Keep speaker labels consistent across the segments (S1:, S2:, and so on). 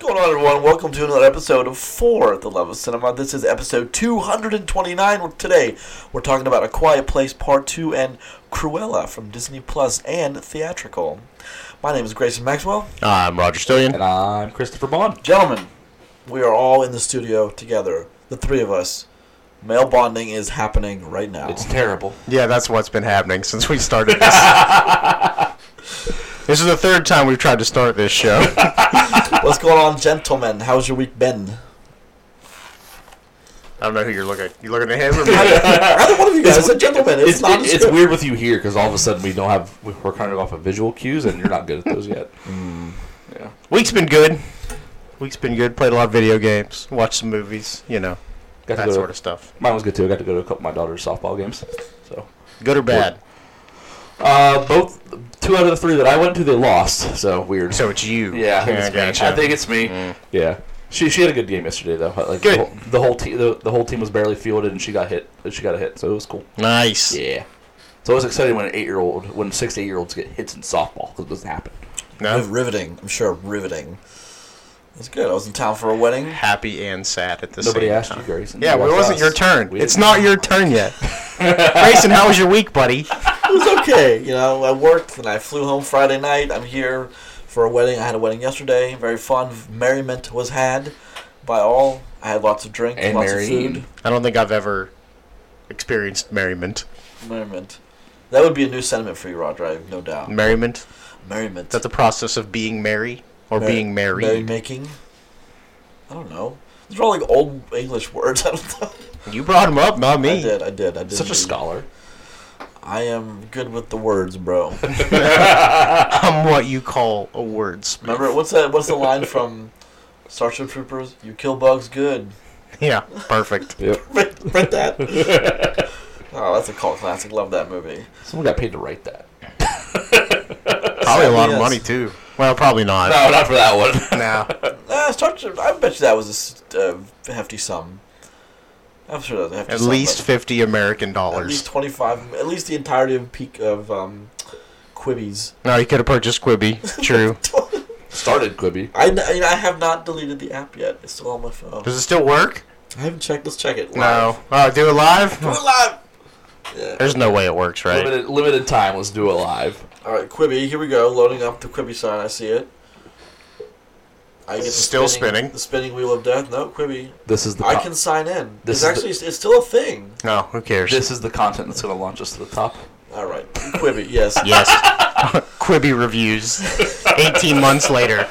S1: Hello, everyone. Welcome to another episode of For the Love of Cinema. This is episode 229. We're- Today, we're talking about A Quiet Place Part 2 and Cruella from Disney Plus and Theatrical. My name is Grayson Maxwell.
S2: I'm Roger Stillion.
S3: And I'm Christopher Bond.
S1: Gentlemen, we are all in the studio together, the three of us. Male bonding is happening right now.
S3: It's terrible.
S2: Yeah, that's what's been happening since we started this. this is the third time we've tried to start this show.
S1: What's going on, gentlemen? How's your week been?
S2: I don't know who you're looking at. You looking at him or me?
S1: Either one of you guys is a gentleman. It's,
S3: Uh, It's,
S1: not
S3: it-
S1: a
S3: it's
S1: script.
S3: weird with you here because all of a sudden we don't have we- we're kind of off of visual cues and you're not good at those yet. Yeah.
S2: Week's been good. Week's been good. Played a lot of video games. Watched some movies. You know,
S3: Got to
S2: that
S3: go.
S2: sort
S3: to,
S2: of stuff.
S3: mine was good too. I got to go to a couple of my daughter's softball games. So
S2: Good or bad.
S3: uh, both two out of the three that I went to, they lost. So weird.
S2: So it's you.
S3: Yeah, I think it's me.
S2: gotcha.
S3: I think it's me.
S2: Mm.
S3: Yeah. She, she had a good game yesterday though. Like
S2: Good.
S3: The whole, the whole team the, the whole team was barely fielded and she got hit. She got a hit, so it was cool.
S2: Nice.
S3: Yeah. It's always exciting when an eight year old, when six to eight year olds get hits in softball 'cause it doesn't happen.
S2: No.
S1: riveting. I'm sure riveting. That's good. I was in town for a wedding.
S2: Happy and sad at the
S3: Nobody
S2: same
S3: asked
S2: time.
S3: you, Grayson.
S2: Yeah,
S3: You
S2: well, it
S3: asked
S2: wasn't
S3: us.
S2: your turn.
S3: We
S2: it's
S3: didn't-
S2: not your turn yet. Grayson, how was your week, buddy?
S1: it was okay. You know, I worked and I flew home Friday night. I'm here for a wedding. I had a wedding yesterday. Very fun. Merriment was had by all. I had lots of drink,
S3: And
S1: lots
S3: marrying.
S1: of
S2: I don't think I've ever experienced merriment.
S1: food. Merriment. That would be a new sentiment for you, Roger. I have no doubt.
S2: Merriment.
S1: Merriment.
S2: Is that the process of being merry or
S1: Mer-
S2: being married?
S1: Merry making. I don't know. These are all like old English words. I don't know.
S2: You brought him up, not
S1: I
S2: me.
S1: did. I did. I did.
S3: Such a
S1: indeed.
S3: scholar.
S1: I am good with the words, bro.
S2: I'm what you call a wordsmith.
S1: Remember what's that? What's the line from Starship Troopers? You kill bugs good.
S2: Yeah, perfect.
S3: Yep.
S1: Print print that. oh, that's a cult classic. Love that movie.
S3: Someone got paid to write that.
S2: probably a lot
S1: Yes.
S2: of money too. Well, probably not.
S3: No, not for that one.
S2: No.
S1: Uh, Star Trek- I bet you that was a s- uh, hefty sum. I'm sure that was a hefty
S2: At
S1: sum.
S2: least
S1: but
S2: fifty American
S1: At least
S2: dollars.
S1: 25. At least the entirety of peak of um, Quibbies.
S2: No, you could have purchased Quibi. True.
S3: Started Quibi.
S1: I, n- I mean, I have not deleted the app yet. It's still on my phone.
S2: Does it still work?
S1: I haven't checked. Let's check it.
S2: No. Oh, do it live?
S1: Do it live! Yeah.
S2: There's no way it works, right?
S3: Limited, limited time. Let's do it live.
S1: Alright, Quibi. Here we go. Loading up the Quibi sign. I see it. I get the
S2: Still spinning.
S1: The spinning wheel of death. No, Quibi.
S3: This is the.
S1: I
S3: co-
S1: can sign in. it's
S3: This is the-
S1: actually it's still a thing.
S2: No, who cares?
S3: This is the content that's going to launch us to the top.
S1: All right, Quibi. Yes.
S2: Yes. Quibi reviews. Eighteen months later.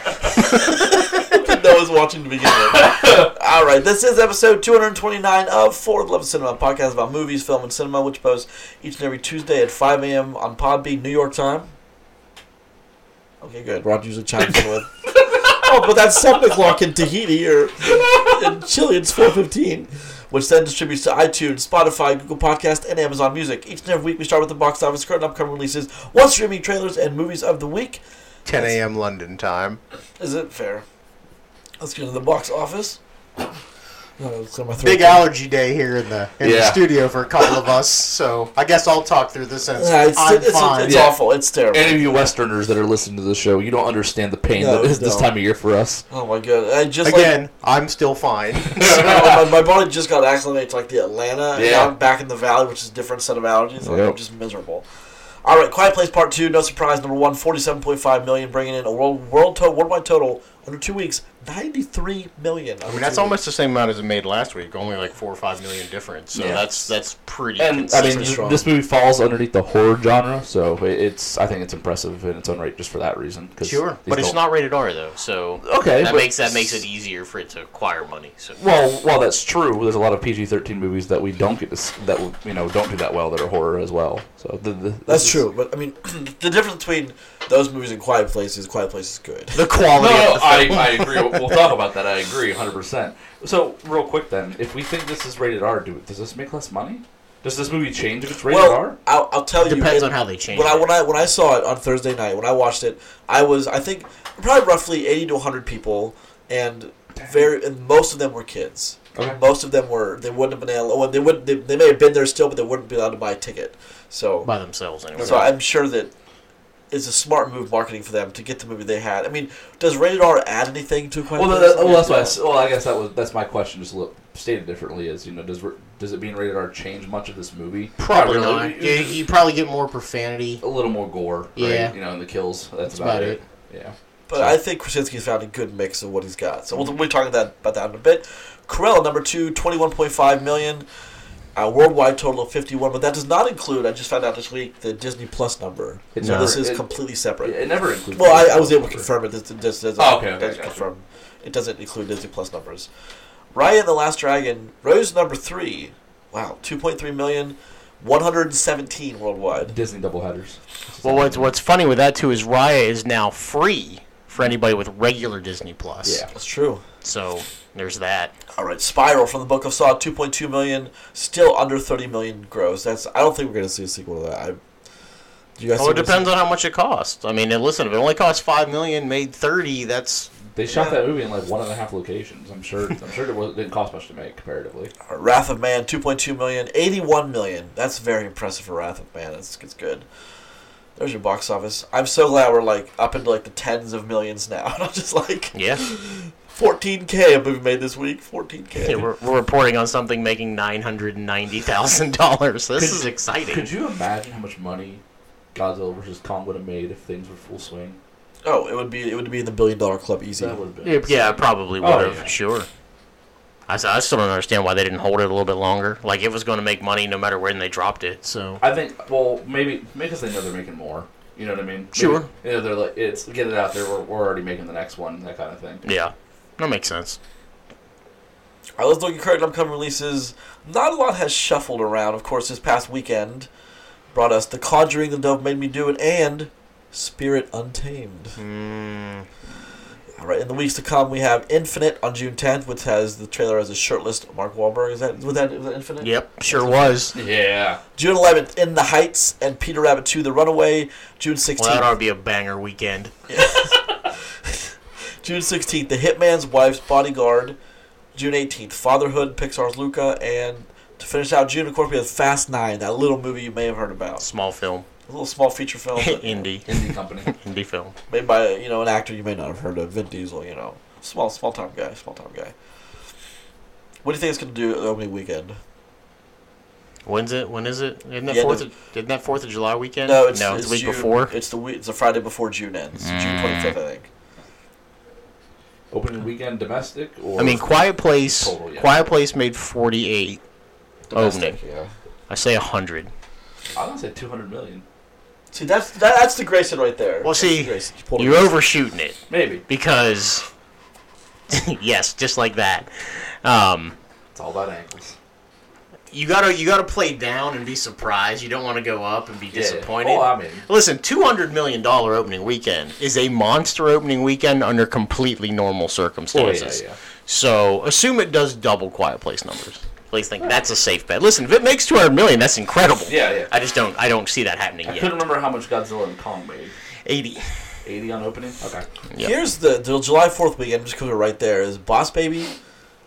S1: no one's watching to begin with. All right, this is episode 229 of For the Love of Cinema, a podcast about movies, film, and cinema, which posts each and every Tuesday at 5 a.m. on Podbean, New York time. Okay, good. Rod usually chimes in with, "Oh, but that's seven o'clock in Tahiti or in Chile. It's 4:15." Which then distributes to iTunes, Spotify, Google Podcast, and Amazon Music. Each and every week, we start with the box office, current and upcoming releases, one streaming trailers, and movies of the week.
S2: Ten AM London time.
S1: Is it fair? Let's get to the box office. No, it's on my throat.
S2: Big allergy day here in the in the
S3: Yeah.
S2: studio for a couple of us, so I guess I'll talk through this. Since
S1: Yeah, it's
S2: I'm
S1: it's, it's,
S2: fine.
S1: it's
S3: Yeah.
S1: awful. It's terrible.
S3: Any of you Westerners that are listening to the show, you don't understand the pain
S1: No,
S3: that is this
S1: no.
S3: time of year for us.
S1: oh my god! I just
S2: Again, I'm still fine.
S1: Like, my, my body just got acclimated to like the Atlanta. Yeah.
S3: Yeah.
S1: I'm back in the valley, which is a different set of allergies. Like,
S3: Yep.
S1: I'm just miserable. All right, Quiet Place Part Two. No surprise, number one, forty-seven point five million, bringing in a world world to- worldwide total under two weeks, ninety-three million.
S2: I mean, that's almost the same amount as it made last week, only like four or five million difference. So
S3: Yeah.
S2: that's that's pretty.
S3: And I mean,
S1: pretty
S3: th-
S1: strong.
S3: this movie falls underneath the horror genre, so i- it's I think it's impressive in its own right just for that reason. 'cause
S2: sure,
S3: these
S2: but it's
S3: don't-
S2: not rated R though, so
S3: okay.
S4: That
S3: but-
S4: makes that makes it easier for it to acquire money. So
S3: Well, while that's true, there's a lot of PG-13 movies that we don't get to s- that w- you know don't do that well that are horror as well. So the, the, this
S1: that's
S3: is-
S1: true. But I mean, the difference between those movies and Quiet Place is Quiet Place is good.
S2: the
S3: No,
S2: quality.
S3: no,
S2: of the
S3: I,
S2: film.
S3: I agree. We'll talk about that. I agree, 100. percent So real quick then, if we think this is rated R, do does this make less money? Does this movie change if it's rated
S1: Well,
S3: R?
S1: I'll, I'll tell you.
S4: Depends
S1: it-
S4: on how they change
S1: When I
S4: it.
S1: when I when I saw it on Thursday night, when I watched it, I was I think probably roughly eighty to hundred people, and very and most of them were kids.
S3: Okay.
S1: Most of them were they wouldn't have been able. Well, they would they, they may have been there still, but they wouldn't be allowed to buy a ticket. So
S4: by themselves anyway.
S1: so I'm sure that is a smart move marketing for them to get the movie they had. I mean, does rated R add anything to a
S3: Well,
S1: Quentin?
S3: no,
S1: Tarantino?
S3: that, well, that's why. I s- Well, I guess that was that's my question. Just a little, stated differently, is you know, does re- does it being rated R change much of this movie?
S5: Probably
S3: really.
S5: not.
S3: It-
S5: Yeah,
S3: it's
S5: you probably get more profanity.
S3: a little more gore.
S5: Yeah.
S3: right? you know, and the kills. That's,
S5: That's
S3: about,
S5: about
S3: it. Yeah.
S1: But I think Krasinski's found a good mix of what he's got. So we'll, we'll talk that, about that in a bit. Cruella, number two, 21.5 million. A worldwide total of 51, but that does not include, I just found out this week, the Disney Plus number.
S3: It's
S1: so this
S3: never-
S1: is
S3: it-
S1: completely separate.
S3: It never includes.
S1: Well, I, I was able to confirm it. This, this doesn't,
S3: Oh, okay, okay,
S1: doesn't
S3: gotcha.
S1: confirm. It doesn't include Disney Plus numbers. Raya and the Last Dragon, Rose number three. Wow, 2.3 million, 117 worldwide.
S3: Disney doubleheaders.
S5: Well, what's what's funny with that too is Raya is now free for anybody with regular Disney Plus.
S3: Yeah.
S1: That's true.
S5: So there's that.
S1: All right, Spiral from the Book of Saw, 2.2 million, still under 30 million gross. That's I don't think we're gonna see a sequel to that. I, do you guys?
S5: Oh,
S1: think
S5: it
S1: we'll see-
S5: depends on how much it costs. I mean, and listen, if it only costs five million, made thirty, that's
S3: They shot that movie in like one and a half locations. I'm sure. I'm sure it was, didn't cost much to make comparatively.
S1: All right, Wrath of Man, 2.2 million, 81 million. That's very impressive for Wrath of Man. That's it's good. There's your box office. I'm so glad we're like up into like the tens of millions now. I'm just like
S5: yeah.
S1: 14k a movie made this week. 14k.
S5: yeah we're, we're reporting on something making nine hundred ninety thousand dollars. This
S3: Could-
S5: is exciting.
S3: Could you imagine how much money Godzilla versus Kong would have made if things were full swing?
S1: oh, it would be it would be in the billion dollar club easy.
S3: That would have been.
S5: It- yeah, it probably would
S3: Oh,
S5: have.
S3: yeah.
S5: Sure. I, s- I still don't understand why they didn't hold it a little bit longer. Like it was going to make money no matter when they dropped it. So
S3: I think. Well, maybe because they know they're making more. You know what I mean? Maybe-
S5: Sure.
S3: You know, they're like, it's get it out there. We're, we're already making the next one. That kind of thing.
S5: yeah, that makes sense.
S1: All right, let's look at current upcoming releases. Not a lot has shuffled around. Of course, this past weekend brought us The Conjuring, The Dove Made Me Do It, and Spirit Untamed.
S5: Mm,
S1: All right, in the weeks to come, we have Infinite on June 10th, which has the trailer as a shirtless Mark Wahlberg. Is that was that, was that Infinite?
S5: yep, sure was.
S3: Yeah.
S1: June 11th, In the Heights and Peter Rabbit 2: The Runaway. June 16th,
S5: Well, that ought to be a banger weekend.
S1: June 16th, The Hitman's Wife's Bodyguard. June 18th, Fatherhood, Pixar's Luca, and to finish out June, of course, we have Fast Nine, that little movie you may have heard about,
S5: Small film,
S1: a little small feature film that-
S5: indie,
S3: Indie company.
S5: indie film.
S1: made by you know an actor you may not have heard of, Vin Diesel. You know, small small time guy, small time guy. What do you think it's going to do opening weekend?
S5: When's it? When is it? Isn't that
S1: Yeah,
S5: Fourth? Of, isn't that Fourth of July weekend?
S1: No, it's,
S5: no,
S1: it's
S5: the week
S1: June-
S5: before. Mm.
S1: It's the week. It's the Friday before June ends. June twenty fifth, I think.
S3: Opening weekend domestic or
S5: I mean, Quiet Place.
S3: Total, yeah.
S5: Quiet Place made forty-eight.
S1: Domestic,
S5: Opening.
S1: yeah.
S5: I say hundred.
S3: I don't say two hundred million.
S1: See, that's that, that's the Grayson right there.
S5: Well,
S1: That's the
S5: see,
S1: Grayson. You pulled it.
S5: You're overshooting it.
S3: Maybe.
S5: because yes, just like that. Um,
S3: It's all about angles.
S5: you gotta you gotta play down and be surprised. You don't want to go up and be disappointed.
S3: Yeah. Oh, I mean,
S5: Listen, two hundred million dollar opening weekend is a monster opening weekend under completely normal
S3: oh,
S5: circumstances.
S3: yeah, yeah.
S5: So assume it does double Quiet Place numbers. At least think that's a safe bet. Listen, if it makes two hundred million, that's incredible.
S3: Yeah, yeah.
S5: I just don't I don't see that happening
S3: I
S5: yet.
S3: couldn't remember how much Godzilla and Kong made.
S5: Eighty.
S3: 80 on opening? Okay.
S5: yeah.
S1: Here's the, the July fourth weekend. Just because we're right there is Boss Baby,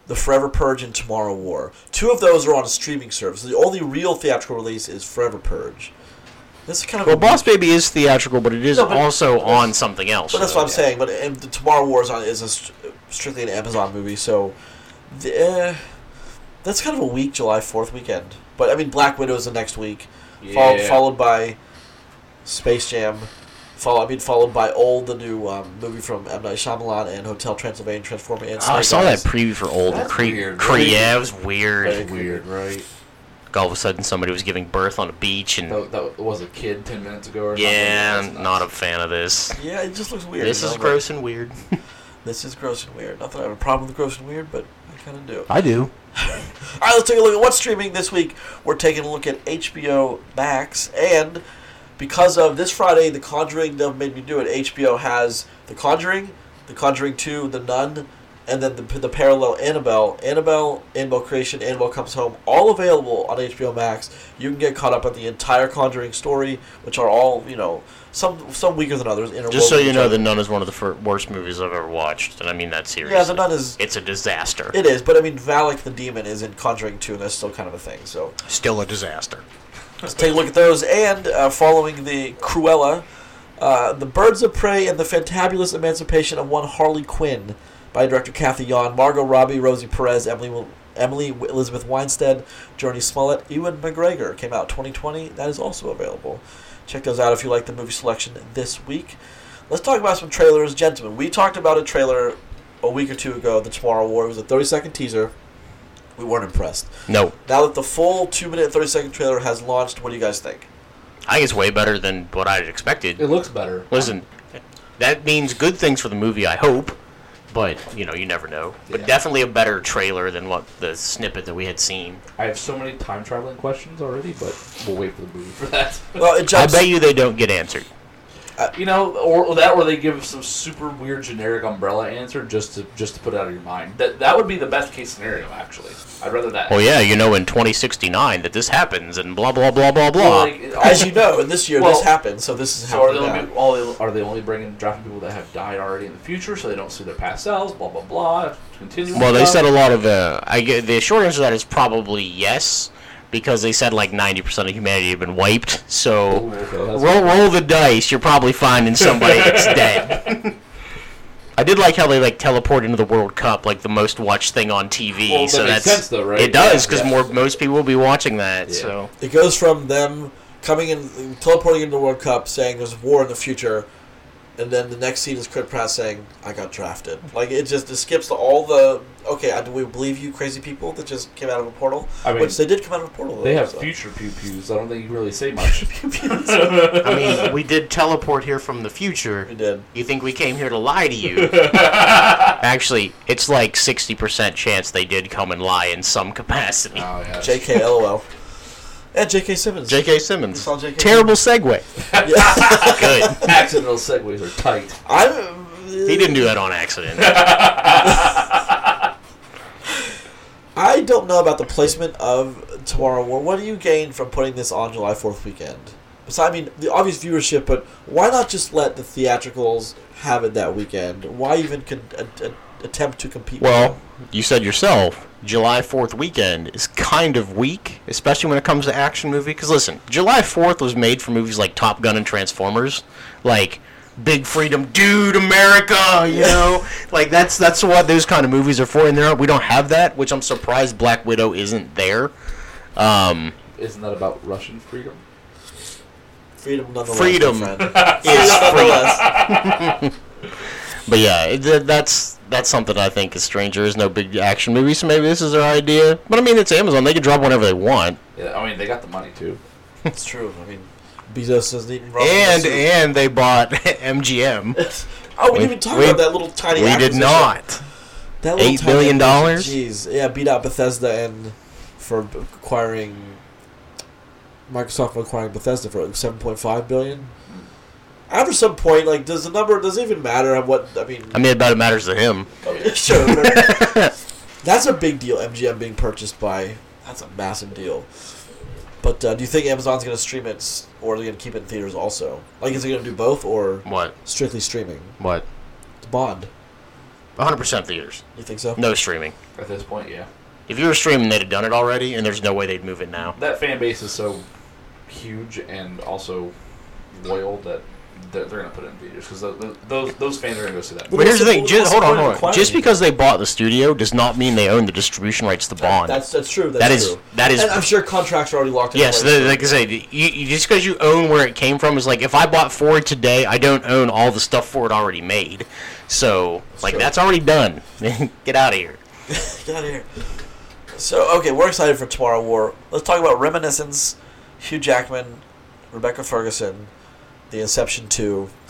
S1: The Forever Purge, and Tomorrow War. Two of those are on a streaming service. The only real theatrical release is Forever Purge. This is kind of
S5: Well, Boss Baby is theatrical, but it is
S1: No, but-
S5: also on something else.
S1: But that's
S5: so,
S1: what I'm
S5: yeah.
S1: saying. But and the Tomorrow War is on is a, str- strictly an Amazon movie, so the, uh, that's kind of a weak July Fourth weekend. But I mean, Black Widow is the next week, followed,
S3: Yeah.
S1: followed by Space Jam. Follow, I mean, followed by Old, the new um, movie from M Night Shyamalan and Hotel Transylvania, Transformer, and
S5: Oh, I
S1: Snake
S5: saw
S1: Eyes.
S5: that preview for Old
S3: That's
S5: Cree.
S3: weird,
S5: Cree,
S3: right?
S5: yeah, it was weird.
S1: Like,
S3: weird, right?
S5: Like, all of a sudden, somebody was giving birth on a beach, and
S3: That, that was a kid 10 minutes ago or
S5: yeah,
S3: something.
S5: I'm not a fan of this.
S1: Yeah, it just looks weird.
S5: This
S1: you know,
S5: is
S1: but-
S5: gross and weird.
S1: This is gross and weird. Not that I have a problem with gross and weird, but I kind of do.
S5: I do.
S1: All right, let's take a look at what's streaming this week. We're taking a look at HBO Max, and because of this Friday, The Conjuring Dove Made Me Do It, HBO has The Conjuring, The Conjuring 2, The Nun, and then the, the parallel Annabelle, Annabelle, Annabelle Creation, Annabelle Comes Home, all available on HBO Max. You can get caught up on the entire Conjuring story, which are all, you know, some some weaker than others.
S5: Just so
S1: interwoven
S5: you
S1: with
S5: know,
S1: each
S5: The Nun is one of the fir- worst movies I've ever watched, and I mean that
S1: other.
S5: seriously.
S1: Yeah, The Nun is.
S5: It's a disaster.
S1: It is, but I mean, Valak the Demon is in Conjuring 2, and that's still kind of a thing, so.
S5: Still a disaster.
S1: Let's take a look at those. And uh, following the Cruella, Uh, the Birds of Prey and the Fantabulous Emancipation of One Harley Quinn by director Kathy Yon, Margot Robbie, Rosie Perez, Emily, Wil- Emily Elizabeth Weinstead, Journey Smollett, Ewan McGregor came out 2020. That is also available. Check those out if you like the movie selection this week. Let's talk about some trailers, gentlemen. We talked about a trailer a week or two ago, The Tomorrow War. It was a 30 second teaser. We weren't impressed.
S5: No,
S1: Now that the full 2 minute 30 second trailer has launched, what do you guys think?
S5: I think it's way better than what I expected.
S3: It looks better.
S5: Listen, that means good things for the movie, I hope. But you know, you never know. But
S3: Yeah.
S5: definitely a better trailer than what the snippet that we had seen.
S3: I have so many time traveling questions already, but we'll wait for the movie for that.
S1: Well, it jumps.
S5: I bet you they don't get answered.
S3: you know, or, or that, or they give some super weird generic umbrella answer just to just to put it out of your mind. That that would be the best case scenario, actually. I'd rather that.
S5: Well, Oh, yeah, you know, in 2069 that this happens and blah blah blah blah blah.
S3: Like, it-
S1: As you know, in this year
S3: Well,
S1: this happened, so this is
S3: So
S1: how
S3: are
S1: it
S3: they,
S1: now.
S3: only, all they, are they only bringing drafting people that have died already in the future, so they don't see their past selves? Blah blah blah. Continue.
S5: well, they said a lot of. Uh, I get the short answer to that is probably yes, because they said like 90% of humanity had been wiped. So roll roll the dice. You're probably finding somebody that's dead. I did like how they like teleport into the World Cup, like the most watched thing on TV.
S3: Well, that
S5: so
S3: makes
S5: that's
S3: sense, though, right?
S5: it does
S3: Yeah,
S5: because
S3: yeah.
S5: more most people will be watching that.
S3: Yeah.
S5: So
S1: It goes from them coming in, teleporting into the World Cup, saying there's war in the future, and then the next scene is Chris Pratt saying, "I got drafted." Like it just it skips all the okay, I, do we believe you, crazy people that just came out of a portal?
S3: I mean,
S1: Which they did come out of a portal.
S3: they have
S1: so.
S3: future pew pews. I don't think you really say much. Uh,
S5: I mean, we did teleport here from the future.
S1: They did.
S5: You think we came here to lie to you? Actually, it's like 60% chance they did come and lie in some capacity.
S3: Oh, yeah.
S1: J.K. LOL. And J.K. Simmons.
S5: J.K. Simmons.
S1: It's all J.K.
S5: Terrible segue.
S1: Yeah.
S5: Good.
S3: Accidental segues are tight.
S1: I'm.
S5: He didn't do that on accident.
S1: I don't know about the placement of Tomorrow War. What do you gain from putting this on July 4th weekend? Besides, I mean, the obvious viewership, but why not just let the theatricals have it that weekend? Why even con- a- a- attempt to compete? with
S5: Well,
S1: them?
S5: you said yourself, July 4th weekend is kind of weak, especially when it comes to action movie. Because listen, July 4th was made for movies like Top Gun and Transformers. Like, big freedom, dude, America, you know? like, that's that's what those kind of movies are for. And there, we don't have that, which I'm surprised Black Widow isn't there. Um,
S3: Isn't that about Russian freedom?
S1: freedom nonetheless.
S5: freedom.
S1: my friend.
S5: is free.
S1: Nonetheless.
S5: But yeah, it, th- that's that's something I think is strange. There is no big action movie, so maybe this is their idea. But I mean, it's Amazon; they can drop whenever they want.
S3: Yeah, I mean, they got the money too.
S1: it's true. I mean, Bezos doesn't eat ramen.
S5: and and they bought MGM.
S1: oh, we,
S5: we-
S1: didn't even talk
S5: we-
S1: about that little tiny.
S5: we did
S1: acquisition.
S5: not.
S1: That little
S5: Eight
S1: tiny
S5: billion dollars?
S1: acquisition, Jeez, yeah, beat out Bethesda and for b- acquiring Microsoft for acquiring Bethesda for like seven point five billion. After some point, like, does the number does it even matter? of What I mean, oh,
S5: I mean, it better matters to him.
S1: sure, whatever. that's a big deal. MGM being purchased by that's a massive deal. But uh, do you think Amazon's going to stream it, s- or are they going to keep it in theaters also? Like, is it going to do both, or
S5: What?
S1: strictly streaming?
S5: What?
S1: It's Bond,
S5: 100% theaters.
S1: you think so?
S5: No streaming.
S3: At this point, yeah.
S5: If you were streaming, they'd have done it already, and there's no way they'd move it now.
S3: That fan base is so huge and also loyal that they're, they're going to put it in theaters because those those fans are going to go see that.
S1: But
S5: But here's the
S1: what's the-
S5: thing. Just,
S1: what's
S5: hold
S1: the
S5: on,
S1: point of
S5: hold on.
S1: acquiring
S5: Just
S1: it?
S5: because they bought the studio does not mean they own the distribution rights to Bond.
S1: That's that's true. That's
S5: That is-
S1: true.
S5: that is-
S1: And I'm sure contracts are already locked. in
S5: Yes,
S1: place.
S5: the- like I said, you, you, just because you own where it came from is like if I bought Ford today, I don't own all the stuff Ford already made. So, like,
S1: true.
S5: that's already done. Get out of here.
S1: Get out of here. So, okay, we're excited for Tomorrow War. Let's talk about Reminiscence, Hugh Jackman, Rebecca Ferguson, The Inception 2.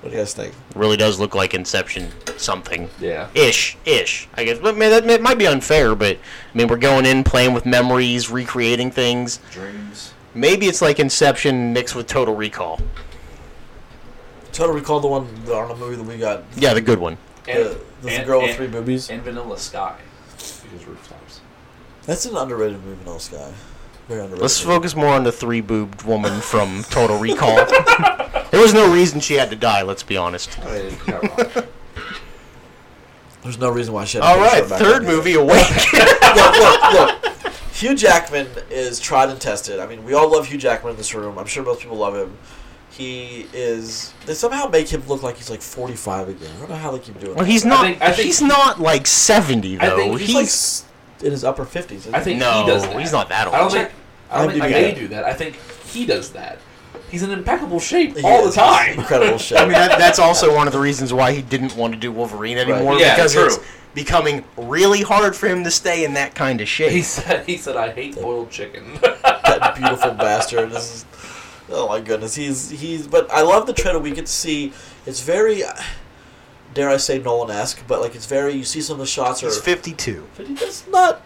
S1: what do you guys think?
S5: Really does look like Inception something.
S3: Yeah.
S5: Ish, ish. I guess, but man, that it might be unfair. But I mean, we're going in playing with memories, recreating things.
S3: Dreams.
S5: Maybe it's like Inception mixed with Total Recall.
S1: Total Recall, the one, the Arnold movie that we got.
S5: Yeah, the good one.
S1: The, the girl with three boobies.
S3: And Vanilla Sky. Because rooftops.
S1: That's an underrated movie, No Sky. Very underrated.
S5: Let's
S1: movie.
S5: focus more on the three boobed woman from Total Recall. there was no reason she had to die. Let's be honest.
S3: I mean, you're not wrong.
S1: There's no reason why I should.
S5: All right, third movie, Awake.
S1: look, look, look. Hugh Jackman is tried and tested. I mean, we all love Hugh Jackman in this room. I'm sure most people love him. He is. They somehow make him look like he's like 45 again. I don't know how they keep doing.
S5: Well,
S1: that.
S5: he's not.
S3: think- I think
S5: he's not like seventy
S3: I
S5: though.
S3: think
S5: he's,
S1: he's, like s- in his upper 50s. isn't
S3: I
S1: he?
S3: think
S5: no,
S3: he does that.
S5: he's not that
S3: I don't
S5: old.
S3: think. I don't think
S1: IMDb.
S3: like, they do that. I think he does that. He's in impeccable shape
S1: He
S3: all the
S1: is.
S3: time.
S1: Incredible show.
S5: I mean, that, that's also one of the reasons why he didn't want to do Wolverine anymore
S3: Yeah,
S5: because
S3: true.
S5: it's becoming really hard for him to stay in that kind of shape.
S3: He said, "He said I hate boiled chicken."
S1: that beautiful bastard. This is, oh my goodness, he's he's. But I love the trailer. We get to see. It's very, uh, dare I say, Nolan-esque, but like it's very. You see some of the shots are.
S5: he's fifty-two.
S1: but he- that's not.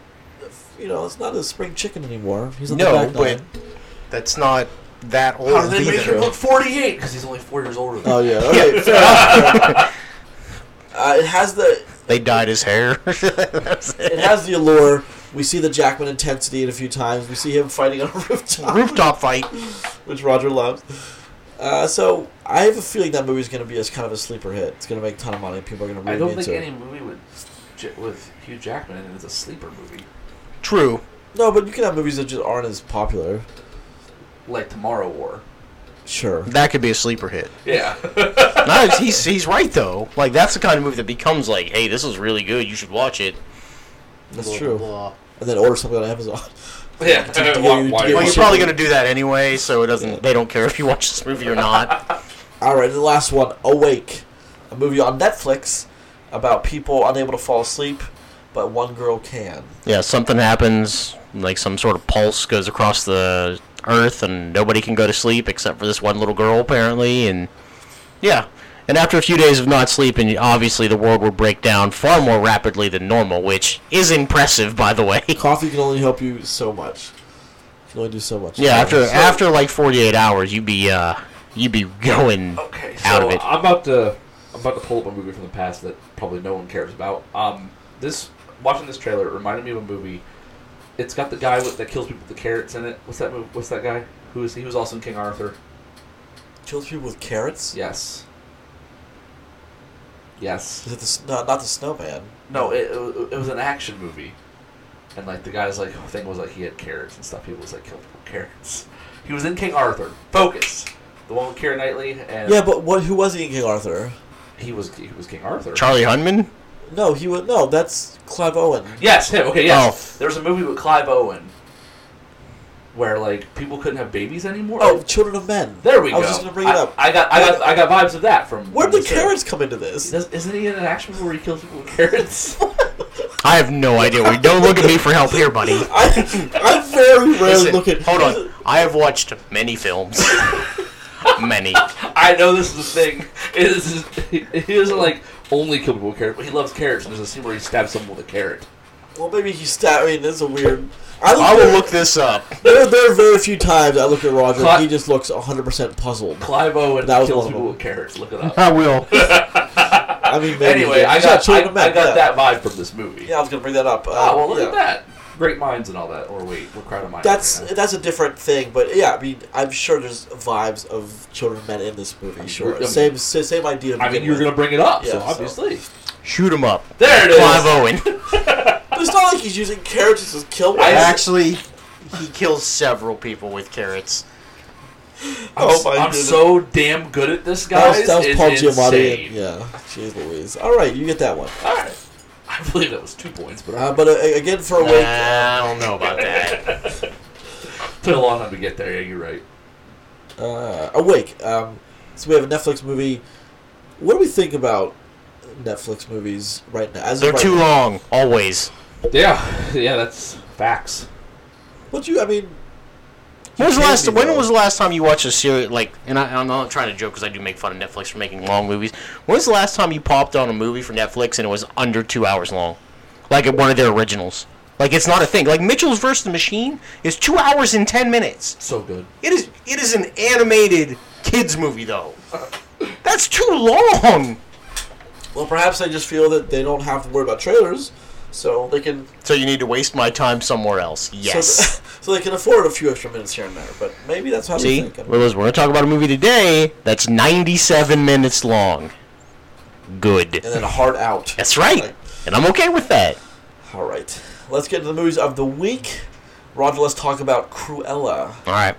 S1: You know, it's not a spring chicken anymore. He's on
S5: No,
S1: the back
S5: but
S1: nine.
S5: that's not that old
S3: How did they make
S5: either.
S3: him look 48? Because he's only four years older than
S1: Oh yeah. Okay. Fair enough. Uh, it has the
S5: They dyed his hair. That's it.
S1: it has the allure. We see the Jackman intensity in a few times. We see him fighting on a rooftop,
S5: Rooftop fight.
S1: which Roger loves. Uh, so I have a feeling that movie's going to be as kind of a sleeper hit. It's going to make a ton of money. People are going to
S3: I
S1: really
S3: don't
S1: be
S3: think
S1: into it.
S3: any movie with J- with Hugh Jackman in it is a sleeper movie.
S5: True.
S1: No, but you can have movies that just aren't as popular.
S3: Like Tomorrow War.
S1: Sure.
S5: That could be a sleeper hit.
S3: Yeah.
S5: No, he's he's right though. Like that's the kind of movie that becomes like, hey, this is really good. You should watch it.
S1: That's
S5: Blah,
S1: true.
S5: blah.
S1: And then order something on Amazon.
S3: yeah.
S1: you- do
S3: Why-
S5: Well,
S3: why-
S5: you're
S1: should
S5: probably
S1: we-
S5: gonna do that anyway, so it doesn't. They don't care if you watch this movie or not.
S1: All right, the last one Awake, a movie on Netflix about people unable to fall asleep, but one girl can.
S5: yeah, something happens, like some sort of pulse goes across the earth, and nobody can go to sleep except for this one little girl apparently. And yeah, and after a few days of not sleeping, obviously the world will break down far more rapidly than normal, which is impressive, by the way.
S1: Coffee can only help you so much. Can only do so much.
S5: Yeah, after
S1: So-
S5: after like 48 hours, you'd be uh you'd be going
S3: Okay, so
S5: out of it.
S3: I'm about to I'm about to pull up a movie from the past that probably no one cares about. Um, this watching this trailer it reminded me of a movie. It's got the guy with, that kills people with the carrots in it. What's that movie? What's that guy? Who is he? Was also in King Arthur.
S1: kills people with carrots.
S3: Yes. Yes.
S1: Is it the s- no, not the snowman?
S3: No, it, it, it was an action movie, and like the guy's like thing was like he had carrots and stuff. People was like killed people with carrots. He was in King Arthur. Focus. The one with Keira Knightley and
S1: Yeah, but what? Who was he in King Arthur?
S3: he was he was King Arthur.
S5: Charlie Hunman?
S1: No, he was no. That's Clive Owen.
S3: Yes, him. Okay, yes.
S1: Oh.
S3: There was a movie with Clive Owen where like people couldn't have babies anymore.
S1: Oh, Children of Men.
S3: there we go.
S1: I was just gonna bring it
S3: I-
S1: up.
S3: I got, I got, I got vibes of that from.
S1: Where'd
S3: from
S1: the
S3: this era.
S1: carrots come into this?
S3: Does- Isn't he in an action movie where he kills people with carrots?
S5: I have no idea. We don't look at me for help here, buddy.
S1: I, I very rarely
S5: Listen,
S1: look at.
S5: hold on. I have watched many films. many.
S3: I know this is the thing. It is, he doesn't like only kill people with carrots, but he loves carrots. And there's a scene where he stabs someone with a carrot.
S1: Well, maybe he stabbed. I mean, this is a weird. I,
S5: I will look this up.
S1: There, there are very few times I look at Roger.
S3: Cla-
S1: and he just looks 100% puzzled.
S3: Clive Owen
S1: That was
S3: kills
S1: one of
S3: people
S1: them.
S3: with carrots. Look it up.
S5: I will.
S1: I mean, maybe.
S3: anyway, I
S1: He's
S3: got, I,
S1: Children of Men,
S3: I got
S1: yeah.
S3: that vibe from this movie.
S1: Yeah, I was gonna bring that up. Uh,
S3: Oh well, look
S1: yeah.
S3: at that. Great minds and all that. Or wait, we're crowd of minds.
S1: That's
S3: right now.
S1: that's a different thing, but yeah, I mean, I'm sure there's vibes of Children of Men in this movie. Sure,
S3: sure.
S1: same sa- same idea. to
S3: I mean,
S1: begin
S3: you were
S1: with.
S3: gonna bring it up,
S1: Yeah,
S3: so
S1: so-
S3: obviously.
S5: Shoot him up.
S3: There it is.
S5: Clive Owen.
S1: But it's not like he's using carrots to kill.
S3: I-
S1: people.
S5: Actually, he kills several people with carrots.
S3: I'm,
S1: Oh my
S3: I'm
S1: goodness.
S3: so damn good at this,
S1: that
S3: guys.
S1: was, that was
S3: It's
S1: Paul Giamatti.
S3: insane.
S1: and- yeah, jeez Louise. All right, you get that one.
S3: All right. I believe that was two points, but
S1: Uh,
S3: I
S1: but uh, again, for a
S5: Nah,
S1: week,
S5: I don't know about that.
S3: took a long time to get there. Yeah, you're right.
S1: uh, awake. Um, so we have a Netflix movie. What do we think about Netflix movies right now? As of
S5: They're
S1: right
S5: too
S1: now?
S5: long, always.
S3: Yeah, yeah, that's facts.
S1: What do you? I mean,
S5: When was the
S1: Can
S5: last?
S1: be, though.
S5: When was the last time you watched a series? Like, and I, I'm not trying to joke because I do make fun of Netflix for making long movies. When was the last time you popped on a movie for Netflix and it was under two hours long, like at one of their originals? Like it's not a thing. Like Mitchell's versus the Machine is two hours and ten minutes.
S3: So good.
S5: It is. It is an animated kids movie though. That's too long.
S1: well, perhaps I just feel that they don't have to worry about trailers, so they can
S5: So you need to waste my time somewhere else. Yes.
S1: So, th- so they can afford a few extra minutes here and there, but maybe that's how
S5: See,
S1: they think.
S5: well, listen, we're gonna talk about a movie today that's 97 minutes long. Good.
S1: and then a hard out.
S5: That's right. And I'm okay with that.
S1: All right, let's get to the movies of the week. Roger, let's talk about Cruella.
S5: All right.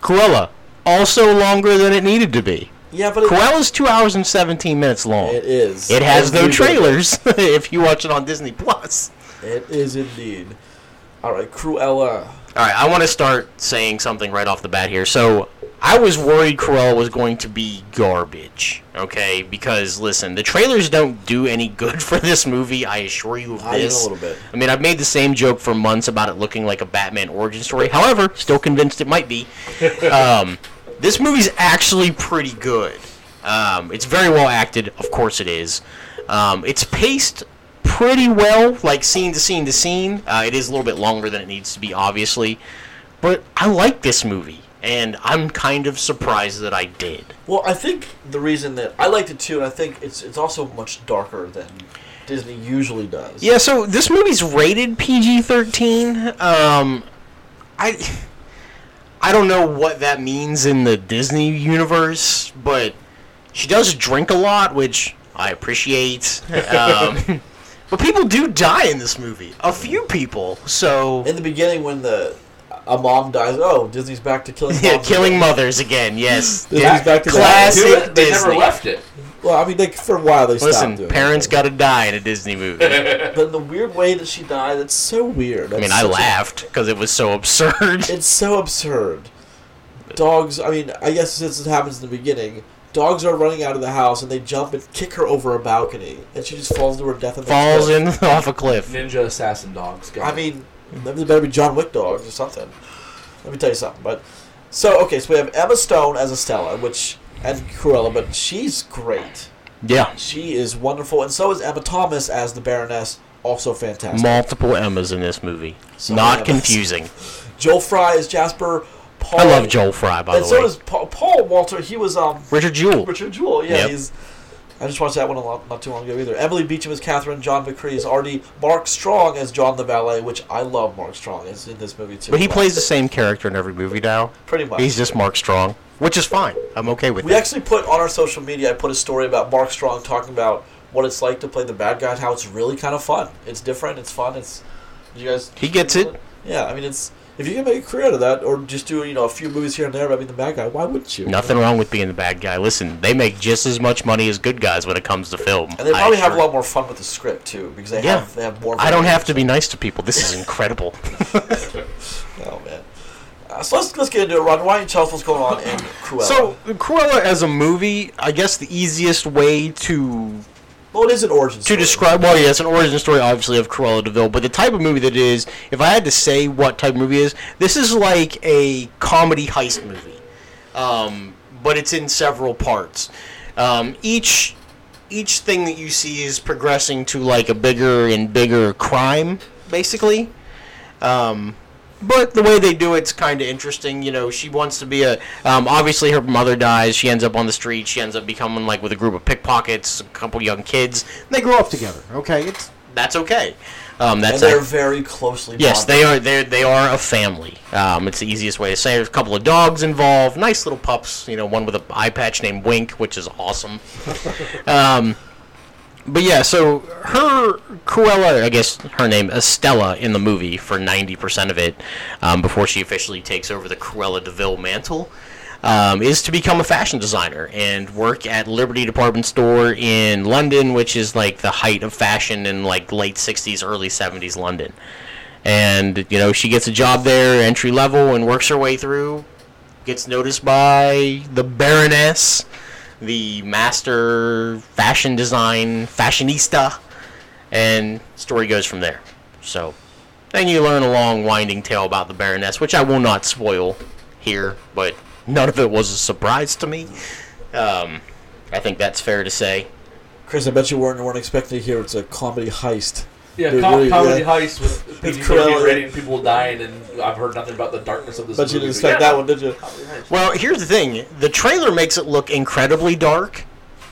S5: Cruella, also longer than it needed to be.
S1: Yeah, but it,
S5: Cruella's two hours and seventeen minutes long.
S1: it is.
S5: It has no
S1: Indeed.
S5: trailers if you watch it on Disney Plus.
S1: It is indeed. All right, Cruella.
S5: All right, I want to start saying something right off the bat here. So I was worried Cruella was going to be garbage, okay? Because listen, the trailers don't do any good for this movie. I assure you of
S1: Not even a
S5: this.
S1: little bit.
S5: I mean, I've made the same joke for months about it looking like a Batman origin story. However, still convinced it might be. Um, this movie's actually pretty good. Um, it's very well acted, of course it is. Um, it's paced pretty well, like scene to scene to scene. Uh, it is a little bit longer than it needs to be, obviously. But I like this movie, and I'm kind of surprised that I did.
S1: Well, I think the reason that I liked it too, and I think it's it's also much darker than Disney usually does.
S5: Yeah, so this movie's rated PG thirteen. Um, I I don't know what that means in the Disney universe, but she does drink a lot, which I appreciate. Um, but people do die in this movie. A few people. So
S1: In the beginning, when the a mom dies, oh, Disney's back to killing.
S5: yeah,
S1: moms
S5: killing
S1: again.
S5: mothers again. Yes.
S1: Disney's
S3: Yeah,
S1: back to that.
S5: classic
S3: Do it. They never
S5: Disney.
S3: left it.
S1: Well, I mean, they, for a while they stopped
S5: Listen,
S1: doing
S5: parents
S1: it.
S5: got to die in a Disney movie. I
S1: But the weird way that she died, it's so weird. That's
S5: mean, I
S1: such a-
S5: laughed because it was so absurd.
S1: It's so absurd. Dogs. I mean, I guess since it happens in the beginning, dogs are running out of the house and they jump and kick her over a balcony, and she just falls to her death. And
S5: Falls in off a cliff.
S3: Ninja assassin dogs. got
S1: I
S3: it.
S1: mean, there better be John Wick dogs or something. Let me tell you something. But so okay, so we have Emma Stone as Estella, which and Cruella, but she's great.
S5: Yeah.
S1: She is wonderful, and so is Emma Thomas as the Baroness, also fantastic.
S5: Multiple Emmas in this movie.
S1: So
S5: Not
S1: Emmas.
S5: confusing.
S1: Joel Fry is Jasper. Paul,
S5: I love Joel Fry, by
S1: And
S5: the way.
S1: so does Paul, Paul Walter. He was um
S5: Richard Jewell.
S1: Richard Jewell. Yeah,
S5: Yep.
S1: he's. I just watched that one a lot, not too long ago either. Emily Beecham as Catherine. John McCree is Artie. Mark Strong as John the Valet, which I love. Mark Strong is in this movie too.
S5: But he plays the same character in every movie now.
S1: pretty much.
S5: He's just Mark Strong, which is fine. I'm okay with
S1: We
S5: it.
S1: actually put on our social media. I put a story about Mark Strong talking about what it's like to play the bad guy and how it's really kind of fun. It's different. It's fun. It's did you guys.
S5: He gets it.
S1: Yeah, I mean it's if you can make a career out of that or just do you know a few movies here and there about being the bad guy, why wouldn't you?
S5: Nothing wrong with being the bad guy. Listen, they make just as much money as good guys when it comes to film.
S1: And they
S5: I
S1: probably have a
S5: assure-
S1: lot more fun with the script too because they
S5: Yeah.
S1: have they have more.
S5: I don't have
S1: variety.
S5: to be nice to people. This is incredible.
S1: Oh man. Uh, so let's let's get into it, Ron. Why don't you tell us what's going on in Cruella?
S2: So,
S5: Cruella as a movie, I guess the easiest way to
S1: well, it is an origin.
S5: to
S1: story.
S5: describe well yeah it's an origin story obviously of cruella deville but the type of movie that it is if i had to say what type of movie it is this is like a comedy heist movie um, but it's in several parts um, each each thing that you see is progressing to like a bigger and bigger crime basically um, but the way they do it's kind of interesting. You know, she wants to be a. Um, obviously, her mother dies. She ends up on the street. She ends up becoming like with a group of pickpockets, a couple young kids. They grow up together. Okay, it's that's okay. Um,
S1: and
S5: that's
S1: they're
S5: ac-
S1: very closely.
S5: yes,
S1: bonded.
S5: they are. They they are a family. Um, it's the easiest way to say. it. There's a couple of dogs involved. Nice little pups. You know, one with an eye patch named Wink, which is awesome. um, but yeah, so her Cruella, I guess her name Estella in the movie for ninety percent of it, um, before she officially takes over the Cruella Deville mantle, um, is to become a fashion designer and work at Liberty Department Store in London, which is like the height of fashion in like late sixties, early seventies London. And you know she gets a job there, entry level, and works her way through. Gets noticed by the Baroness the master fashion design fashionista, and story goes from there. So then you learn a long winding tale about the Baroness, which I will not spoil here, but none of it was a surprise to me. Um, I think that's fair to say.
S1: Chris, I bet you weren't weren't expecting to hear it's a comedy heist.
S3: yeah,
S1: Dude,
S3: com-
S1: really,
S3: comedy
S1: yeah.
S3: heist with
S1: It's
S3: PG
S1: Cruella.
S3: rating, people dying, and I've heard nothing about the darkness of this.
S1: But you
S3: movie,
S1: didn't expect
S3: yeah.
S1: that one, did you?
S5: Well, here's the thing the trailer makes it look incredibly dark.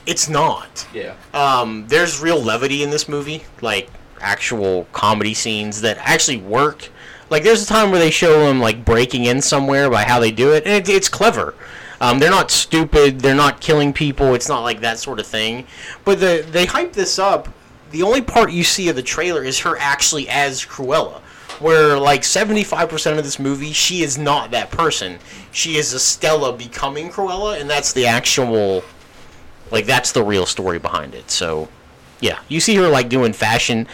S5: It's not.
S3: Yeah,
S5: Um, there's real levity in this movie, like actual comedy scenes that actually work. Like there's a time where they show them like breaking in somewhere by how they do it, and it, it's clever. Um, they're not stupid. They're not killing people. It's not like that sort of thing. But the, they hype this up. The only part you see of the trailer is her actually as Cruella, where like 75% of this movie she is not that person she is estella becoming cruella and that's the actual like that's the real story behind it so yeah you see her like doing fashion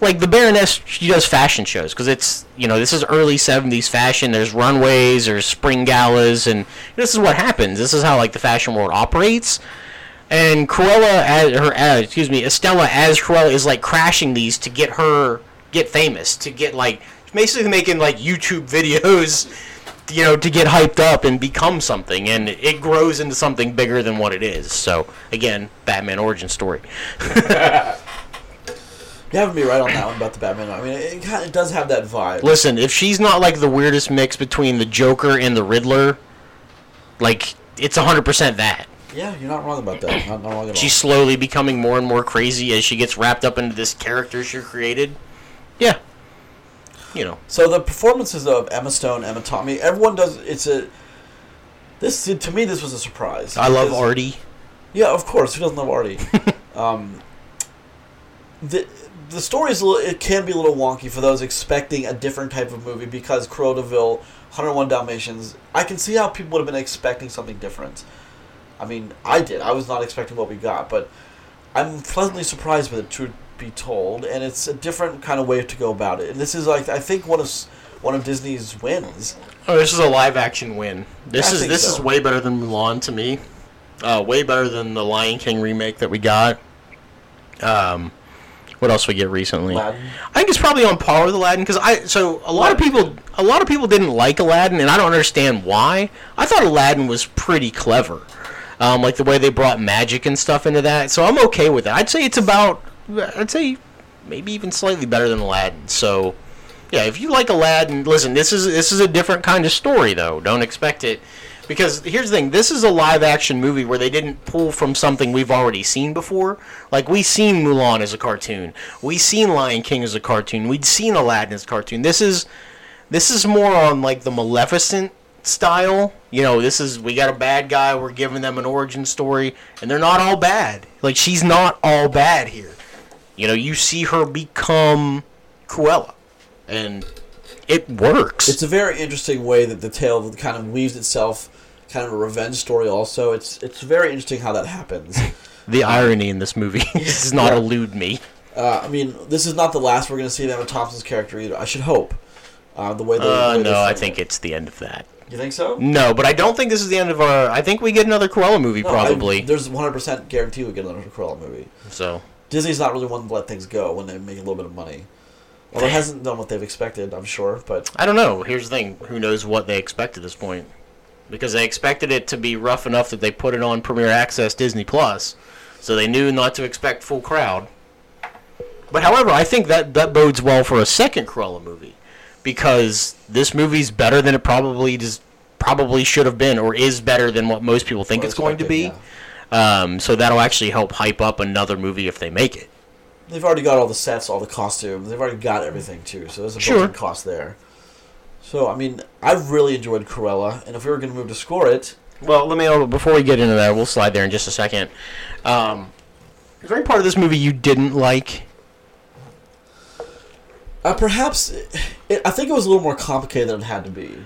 S5: like the baroness she does fashion shows because it's you know this is early 70s fashion there's runways there's spring galas and this is what happens this is how like the fashion world operates and Cruella as her as, excuse me Estella as Cruella is like crashing these to get her get famous to get like basically making like YouTube videos you know to get hyped up and become something and it grows into something bigger than what it is so again Batman origin story
S1: You having me right on that one about the Batman. I mean, it kind of does have that vibe.
S5: listen if she's not like the weirdest mix between the Joker and the Riddler like it's 100% that
S1: Yeah, you're not wrong about that. Not, not wrong at all.
S5: she's slowly becoming more and more crazy as she gets wrapped up into this character she created. Yeah. You know.
S1: So the performances of Emma Stone, Emma Tommy, everyone does. It's a this to me. This was a surprise.
S5: I love
S1: Because-
S5: Artie.
S1: Yeah, of course. Who doesn't love Artie? um, the the story is a little, it can be a little wonky for those expecting a different type of movie because Cruella de Vil, 101 Dalmatians. I can see how people would have been expecting something different. I mean, I did. I was not expecting what we got, but I'm pleasantly surprised with it. Truth be told, and it's a different kind of way to go about it. And this is like I think one of s- one of Disney's wins.
S5: Oh, this is a live action win. This
S1: I
S5: is
S1: think
S5: this
S1: so.
S5: is way better than Mulan to me. Uh, way better than the Lion King remake that we got. Um, what else we get recently?
S1: Aladdin.
S5: I think it's probably on par with Aladdin because I so a lot of people a lot of people didn't like Aladdin and I don't understand why. I thought Aladdin was pretty clever, um, like the way they brought magic and stuff into that. So I'm okay with it. I'd say it's about I'd say maybe even slightly better than Aladdin. So yeah, if you like Aladdin, listen. This is this is a different kind of story though. Don't expect it because here's the thing this is a live action movie where they didn't pull from something we've already seen before like we seen mulan as a cartoon we seen lion king as a cartoon we'd seen aladdin as a cartoon this is this is more on like the maleficent style you know this is we got a bad guy we're giving them an origin story and they're not all bad like she's not all bad here you know you see her become cruella and it works
S1: It's a very interesting way that the tale kind of weaves itself, kind of a revenge story. Also, it's it's very interesting how that happens.
S5: the irony in this movie does not elude me
S1: Uh, I mean, this is not the last we're going to see of Emma Thompson's character either. I should hope. Uh, the way they. the
S5: Uh,
S1: way they
S5: no,
S1: frame
S5: I
S1: it.
S5: think Mm, it's the end of that.
S1: You think so?
S5: No, but I don't think this is the end of our. I think we get another Cruella movie
S1: No, I-
S5: probably.
S1: there's 100 percent guarantee we get another Cruella movie.
S5: so
S1: Disney's not really one to let things go when they make a little bit of money. Well, it hasn't done what they've expected, I'm sure, but
S5: I don't know. Here's the thing: who knows what they expect at this point? Because they expected it to be rough enough that they put it on Premier Access Disney Plus, so they knew not to expect full crowd. But however, I think that that bodes well for a second Cruella movie, because this movie's better than it probably just probably should have been, or is better than what most people think
S1: Or
S5: it's going to be.
S1: expected,
S5: Um, so that'll actually help hype up another movie if they make it.
S1: they've already got all the sets, all the costumes. They've already got everything too, so there's a
S5: Sure.
S1: built-in cost there. So I mean, I really enjoyed Cruella, and if we were going to move to score it,
S5: Well, let me oh, before we get into that, we'll slide there in just a second. Um, is there any part of this movie you didn't like?
S1: Uh, perhaps it, I think it was a little more complicated than it had to be,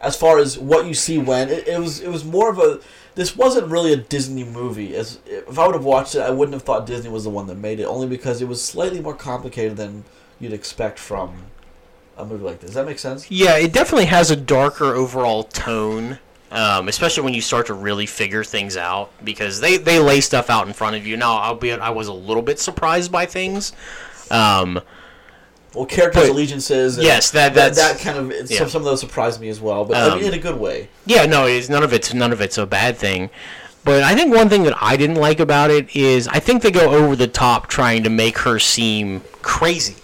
S1: as far as what you see when it, it was. It was more of a. This wasn't really a Disney movie. As if I would have watched it, I wouldn't have thought Disney was the one that made it, only because it was slightly more complicated than you'd expect from a movie like this. Does that make sense?
S5: Yeah, it definitely has a darker overall tone, um, especially when you start to really figure things out because they, they lay stuff out in front of you. Now, albeit I was a little bit surprised by things. Um,
S1: Well, characters,
S5: But-
S1: allegiances. and
S5: yes, that-
S1: that, that
S5: that's-
S1: kind of it's-
S5: yeah.
S1: some, some of those surprised me as well, but I mean
S5: Um,
S1: in a good way.
S5: Yeah, no, it's none of it's none of it's a bad thing. But I think one thing that I didn't like about it is I think they go over the top trying to make her seem crazy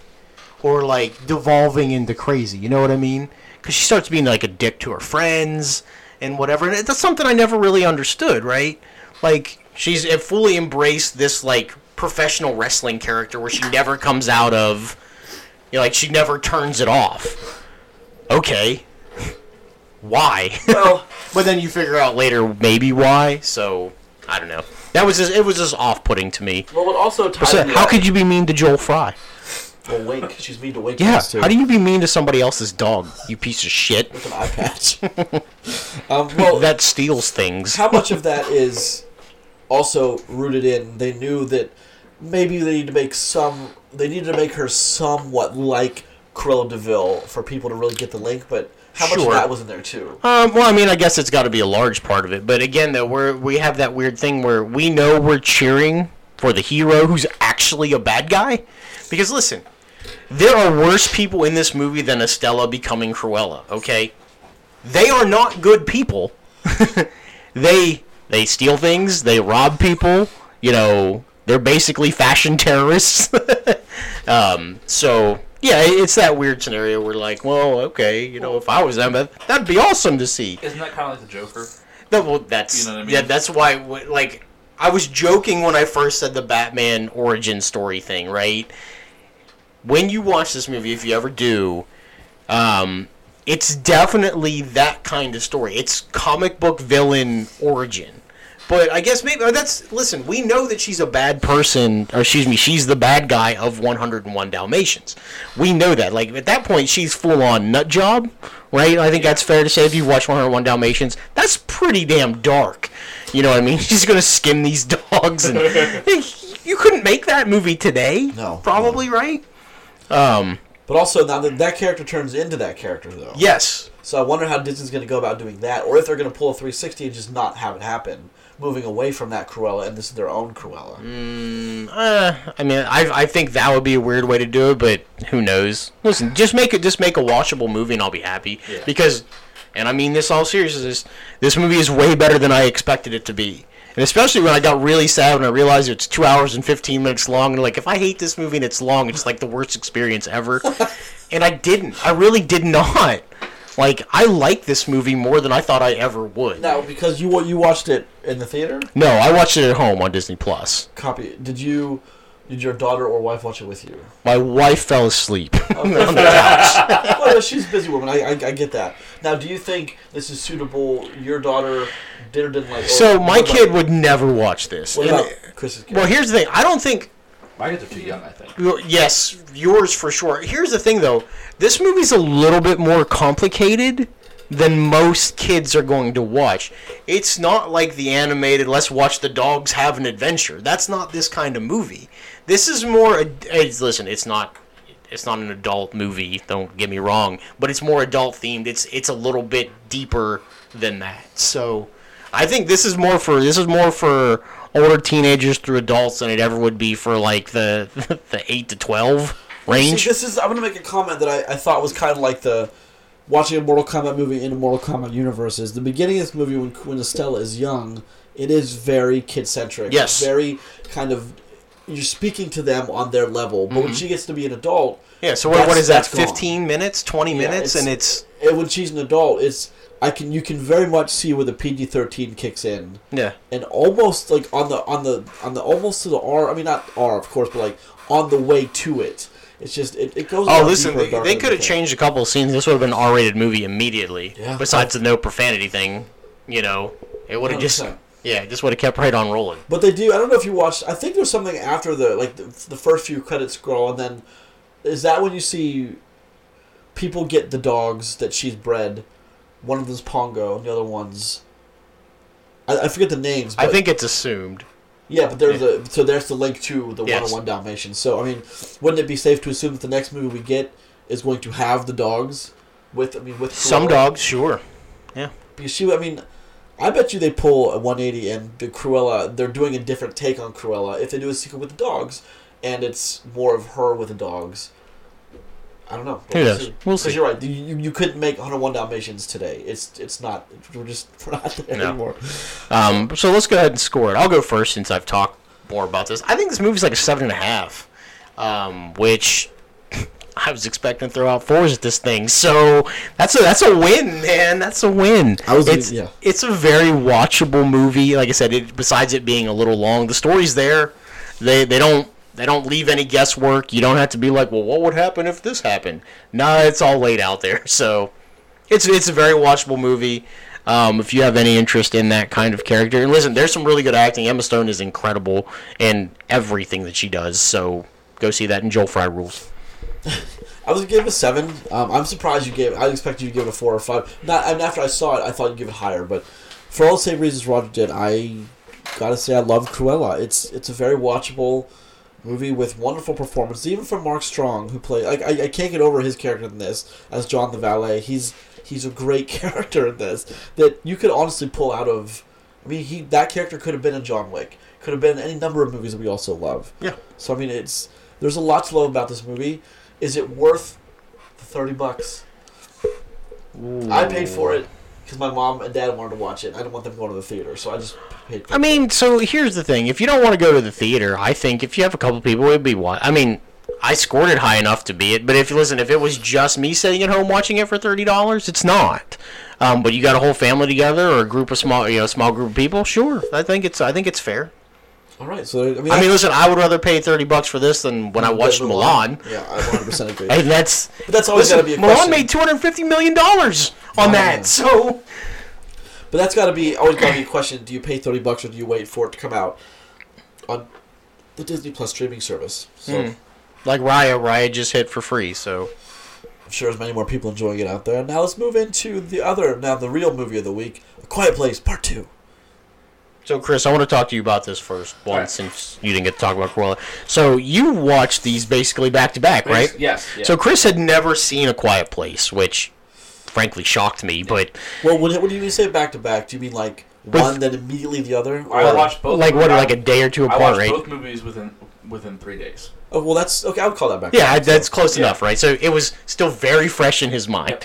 S5: or like devolving into crazy. You know what I mean? Because she starts being like a dick to her friends and whatever. And that's something I never really understood, right? Like she's eh, fully embraced this like professional wrestling character where she never comes out of, you know, like she never turns it off. Okay. Why?
S1: Well,
S5: But then you figure out later maybe why. So I don't know. That was just it was just off putting to me.
S1: well, what also ties
S5: So
S1: me
S5: how
S1: up-
S5: could you be mean to Joel Fry?
S1: Well, wink. She's mean to wink.
S5: Yeah.
S1: us, too.
S5: How do you be mean to somebody else's dog? You piece of shit.
S1: With an eye patch. um, well,
S5: that steals things.
S1: how much of that is also rooted in they knew that maybe they need to make some they needed to make her somewhat like Cruella Deville for people to really get the link, but how much
S5: Sure.
S1: of that was in there too?
S5: Um, well, I mean, I guess it's got to be a large part of it. But again, though, we're, we have that weird thing where we know we're cheering for the hero who's actually a bad guy. Because listen, there are worse people in this movie than Estella becoming Cruella. Okay, they are not good people. they they steal things. They rob people. You know, they're basically fashion terrorists. um, so yeah, it's that weird scenario where like, well, okay, you know, if I was them, that- that'd be awesome to see.
S3: Isn't that kind of like the Joker?
S5: No, well, that's
S3: You know what I mean?
S5: yeah, that's why. wh- Like, I was joking when I first said the Batman origin story thing, right? When you watch this movie, if you ever do, um, it's definitely that kind of story. It's comic book villain origin. But I guess maybe uh, that's listen. We know that she's a bad person, or excuse me, she's the bad guy of 101 Dalmatians. We know that. Like at that point, she's full on nut job, right? I think that's fair to say. If you watch 101 Dalmatians, that's pretty damn dark. You know what I mean? She's gonna skin these dogs, and you couldn't make that movie today.
S1: No.
S5: probably right.
S1: But also now that that character turns into that character though.
S5: Yes,
S1: So I wonder how Disney's going to go about doing that, or if they're going to pull a 360 and just not have it happen, moving away from that Cruella and this is their own Cruella.
S5: Uh, I mean, I I think that would be a weird way to do it, but who knows? Listen, just make it, just make a watchable movie, and I'll be happy. Because, and I mean this all seriousness, this movie is way better than I expected it to be, and especially when I got really sad when I realized it's two hours and fifteen minutes long, and like if I hate this movie and it's long, it's like the worst experience ever. and I didn't, I really did not. Like I like this movie more than I thought I ever would.
S1: Now, because you wa- you watched it in the theater,
S5: No, I watched it at home on Disney Plus.
S1: copy. Did you? Did your daughter or wife watch it with you?
S5: My wife fell asleep on the couch.
S1: well, no, she's a busy woman. I, I, I get that. Now, do you think this is suitable? Your daughter did or didn't like.
S5: So
S1: or-
S5: my
S1: what about-
S5: kid would never watch this.
S1: What
S5: And-
S1: about Chris's kid?
S5: well, here's the thing. I don't think.
S3: My kids are too young, I think.
S5: Yes, yours for sure. Here's the thing, though. This movie's a little bit more complicated than most kids are going to watch. It's not like the animated "Let's watch the dogs have an adventure." That's not this kind of movie. This is more. a- It's, listen, it's not. It's not an adult movie. Don't get me wrong, but it's more adult themed. It's it's a little bit deeper than that. So. I think this is more for this is more for older teenagers through adults than it ever would be for like the the eight to twelve range.
S1: See, this is. I'm gonna make a comment that I, I thought was kind of like the watching a Mortal Kombat movie in a Mortal Kombat universe. Is the beginning of this movie when when Estella is young, it is very kid centric.
S5: Yes.
S1: very kind of. You're speaking to them on their level, but
S5: Mm-hmm.
S1: when she gets to be an adult,
S5: yeah. So what, what
S1: that's-
S5: is that?
S1: that's gone.
S5: Fifteen minutes, twenty
S1: it's-
S5: minutes, and it's
S1: and when she's an adult, it's I can you can very much see where the PG-13 kicks in.
S5: yeah.
S1: and almost like on the on the on the almost to the R. I mean, not R, of course, but like on the way to it. It's just it, it goes. a
S5: Oh,
S1: lot
S5: listen,
S1: deeper,
S5: they,
S1: darker
S5: they
S1: than
S5: could
S1: you
S5: have
S1: think.
S5: changed a couple of scenes. This would have been an R-rated movie immediately.
S1: Yeah.
S5: Besides the no profanity thing, you know, it would have just
S1: 100%.
S5: yeah, it just would have kept right on rolling.
S1: But they do. I don't know if you watched. I think there's something after the like the, the first few credits scroll, and then is that when you see people get the dogs that she's bred? One of them's Pongo, and the other one's. I, I forget the names. But
S5: I think it's assumed.
S1: Yeah, but there's a so there's the link to the
S5: Yes.
S1: 101 Dalmatians. So I mean, wouldn't it be safe to assume that the next movie we get is going to have the dogs with I mean with
S5: Some
S1: Cruella?
S5: dogs, sure.
S1: Because she, I mean, I bet you they pull a 180 and the Cruella. They're doing a different take on Cruella if they do a sequel with the dogs, and it's more of her with the dogs. I don't know. but
S5: Who knows? We'll
S1: 'Cause
S5: see.
S1: You're right. You, you- you couldn't make 101 Dalmatians today. It's it's not. We're just we're not there
S5: No.
S1: anymore.
S5: Um, so let's go ahead and score it. I'll go first since I've talked more about this. I think this movie's like a seven and a half, um, which I was expecting to throw out fours at this thing. So that's a that's a win, man. That's a win.
S1: I was-
S5: it's,
S1: yeah.
S5: It's a very watchable movie. Like I said, it, besides it being a little long, the story's there. They they don't they don't leave any guesswork. You don't have to be like, well, what would happen if this happened? Nah, it's all laid out there. So it's it's a very watchable movie. Um, if you have any interest in that kind of character, and listen, there's some really good acting. Emma Stone is incredible in everything that she does. So go see that. And Joel Fry rules.
S1: I was gonna give it a seven. Um, I'm surprised you gave. I expected you to give it a four or five. Not. I mean, after I saw it, I thought you'd give it higher. But for all the same reasons Roger did, I gotta say I love Cruella. It's it's a very watchable movie with wonderful performances, even from Mark Strong, who played. Like I, I can't get over his character in this as John the valet. He's he's a great character in this that you could honestly pull out of. I mean, he that character could have been in John Wick. Could have been in any number of movies that we also love.
S5: Yeah.
S1: So I mean, it's there's a lot to love about this movie. Is it worth the thirty bucks? I paid for it because my mom and dad wanted to watch it. I didn't want them going to the theater, so I just paid. For
S5: I mean, so here's the thing: if you don't want to go to the theater, I think if you have a couple people, it'd be one. I mean, I scored it high enough to be it, but if listen, if it was just me sitting at home watching it for thirty dollars, it's not. Um, but you got a whole family together or a group of small, you know, small group of people. Sure, I think it's I think it's fair.
S1: it. all right. So I mean,
S5: I mean, listen, I would rather pay thirty bucks for this than when I watched Milan.
S1: Yeah, I 100 percent agree.
S5: And that's
S1: But that's always gotta be a
S5: Milan
S1: question.
S5: made two hundred fifty million dollars on
S1: Yeah.
S5: that, so
S1: But that's got to be always got to be a question: Do you pay thirty bucks or do you wait for it to come out on the Disney Plus streaming service? So
S5: Hmm. like Raya, Raya just hit for free, so.
S1: I'm sure there's many more people enjoying it out there. Now let's move into the other, now the real movie of the week, A Quiet Place Part Two.
S5: So, Chris, I want to talk to you about this first one
S3: right.
S5: since you didn't get to talk about Cruella. So, you watched these basically back to back, right?
S3: Yes. yeah.
S5: So, Chris had never seen A Quiet Place, which frankly shocked me, but
S1: Well, when, when you say back to back, do you mean like one then immediately the other?
S3: I
S1: Or-
S3: watched both.
S5: like, what,
S3: I-
S5: like a day or two
S3: I
S5: apart,
S3: watched
S5: right?
S3: both movies within within three days.
S1: Oh well, that's okay. I would call that back.
S5: Yeah, I- that's close
S3: Yeah.
S5: enough, right? So, it was still very fresh in his mind.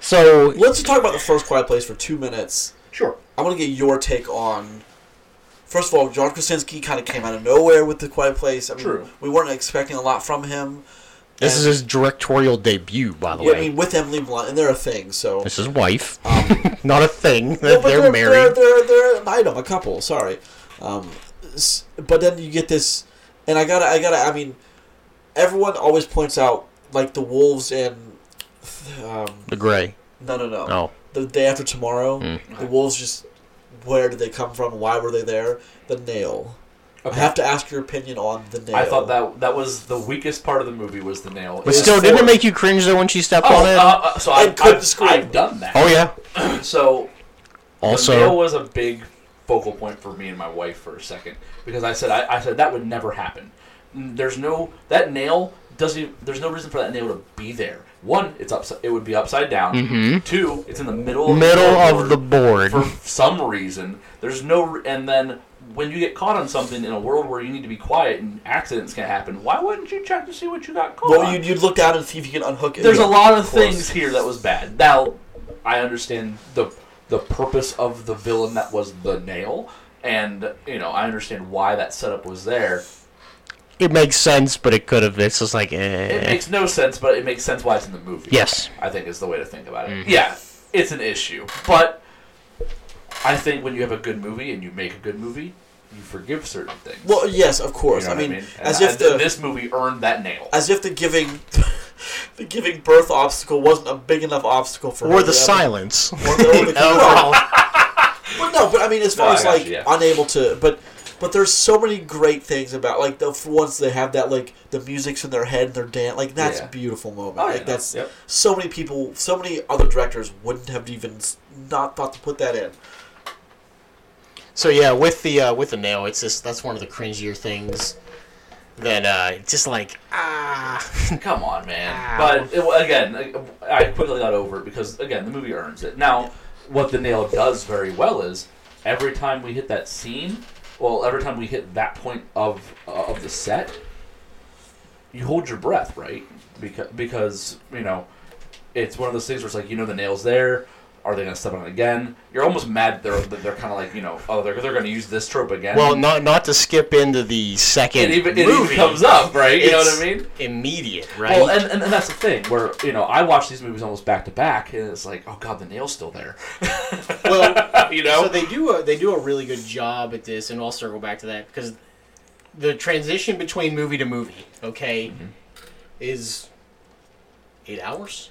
S5: So,
S1: Let's just talk about the first Quiet Place for two minutes.
S3: Sure.
S1: I want to get your take on. First of all, John Krasinski kind of came out of nowhere with the Quiet Place. I mean,
S3: True.
S1: We weren't expecting a lot from him.
S5: this is his directorial debut, by the
S1: Yeah, I
S5: way.
S1: mean, with Emily Blunt, and they're a thing. So
S5: This is wife.
S3: um,
S5: Not a thing.
S1: No,
S5: They're,
S1: but
S5: they're married.
S1: They're, they're, an item, a couple. Sorry, um, s- but then you get this, and I gotta, I gotta. I mean, everyone always points out like the wolves and um,
S5: The Gray.
S1: no, no, no.
S3: Uh,
S5: Oh.
S1: The day after tomorrow, the wolves just. Where did they come from? Why were they there? The nail. I
S3: Okay.
S1: have to ask your opinion on the nail.
S3: I thought that that was the weakest part of the movie was the nail.
S5: But
S3: It
S5: still,
S3: was
S5: didn't it
S3: four-
S5: make you cringe, though, when she stepped
S3: Oh,
S5: on it?
S3: uh, uh, so
S1: I
S3: I,
S1: couldn't
S3: I've,
S1: scream.
S3: I've done that.
S5: oh, yeah.
S3: So
S5: Also.
S3: the nail was a big focal point for me and my wife for a second because I said I, I said that would never happen. Mm, There's no that nail doesn't. There's no reason for that nail to be there. One, it's upside. It would be upside down. Two, it's in the middle.
S5: Mm-hmm. middle
S3: floorboard.
S5: of the board.
S3: for some reason. There's no, re- and then when you get caught on something in a world where you need to be quiet and accidents can happen, why wouldn't you check to see what you got caught?
S1: Well,
S3: on?
S1: you'd, you'd look down and see if you can unhook it.
S3: There's a lot of,
S1: Of course.
S3: things here that was bad. Now, I understand the the purpose of the villain that was the nail, and you know I understand why that setup was there.
S5: it makes sense, but it could have. It's just like,
S3: It
S5: eh.
S3: makes no sense, but it makes sense why it's in the movie.
S5: Yes. Mm-hmm.
S3: I think is the way to think about it. Yeah, it's an issue, but I think when you have a good movie and you make a good movie, you forgive certain things.
S1: Well, yes, of course.
S3: You know
S1: I
S3: what
S1: mean,
S3: And
S1: as
S3: I-
S1: if
S3: th-
S1: the
S3: this movie earned that nail.
S1: as if the giving the giving birth obstacle wasn't a big enough obstacle for her.
S5: or the
S1: Yeah,
S5: silence.
S1: but- or the-
S5: Overall.
S1: but no, but I mean, as far
S3: No, I
S1: as
S3: got
S1: like
S3: you, yeah.
S1: unable to, but but there's so many great things about like the for once they have that like the music's in their head and their dance like that's
S3: Yeah.
S1: a beautiful moment.
S3: Oh, yeah,
S1: like
S3: no,
S1: that's
S3: yep.
S1: so many people, so many other directors wouldn't have even s- not thought to put that in.
S5: So yeah, with the uh, with the nail, it's just that's one of the cringier things. That uh, it's just like ah,
S3: Come on, man.
S5: Ow.
S3: But it, again, I- I quickly got over it because again, the movie earns it. Now, what the nail does very well is every time we hit that scene, well, every time we hit that point of uh, of the set, you hold your breath, right? Because because you know, it's one of those things where it's like you know the nail's there. Are they gonna step on it again? You're almost mad. They're they're kind of like you know, oh, they're they're gonna use this trope again.
S5: well, not not to skip into the second
S3: it even it
S5: movie
S3: even comes up, right? You know what
S5: It's
S3: I mean?
S5: immediate, right?
S3: Well, and, and, and that's the thing where you know I watch these movies almost back to back, and it's like, oh god, the nail's still there.
S5: Well,
S3: you know,
S5: So they do a, they do a really good job at this, and I'll circle back to that because the transition between movie to movie, okay, is eight hours.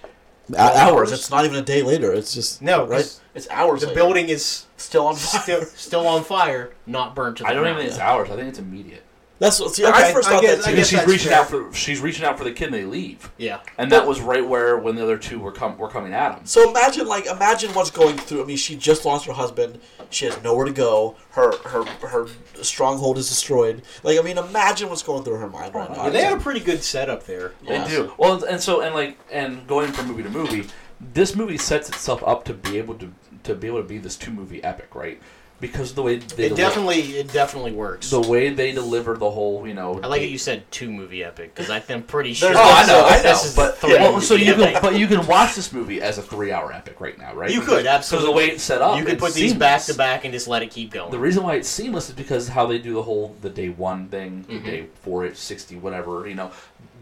S5: Uh,
S1: hours. It's not even a day later. It's just
S5: No,
S1: right.
S5: it's-
S1: It's hours.
S5: The
S1: later.
S5: building is
S1: still on fire.
S5: still still on fire, not burnt to the
S3: I don't even
S5: ground.
S3: think it's hours. I think it's immediate.
S1: That's what. See,
S3: Okay,
S1: I first thought
S3: get-
S1: that
S3: I
S1: too.
S3: guess she's
S5: that's
S3: reaching
S5: fair.
S3: out for she's reaching out for the kid and they leave.
S5: Yeah.
S3: And that was right where when the other two were com- were coming at him.
S1: So imagine, like, imagine what's going through. I mean, she just lost her husband. She has nowhere to go. Her her her stronghold is destroyed. Like, I mean, imagine what's going through her mind right now.
S5: Yeah, they had a pretty good setup there.
S1: Yeah.
S3: They do. Well, and- and so and like and going from movie to movie, this movie sets itself up to be able to to be able to be this two movie epic, right? Because the way they
S5: It
S3: deli-
S5: definitely it definitely works.
S3: the way they deliver the whole, you know.
S5: I like that you said two movie epic because I'm pretty sure.
S1: There's-
S3: Oh, I know, I know,
S5: this is
S1: but-
S5: three
S1: yeah.
S3: Well, so
S5: movie
S3: you can,
S5: epic.
S3: but you can watch this movie as a three-hour epic right now, right?
S5: You could,
S3: Because the way it's set up,
S5: you could
S3: it's
S5: put these
S3: seamless.
S5: back to back and just let it keep going.
S3: The reason why it's seamless is because how they do the whole the day one thing,
S5: Mm-hmm.
S3: the day four, it sixty, whatever. You know,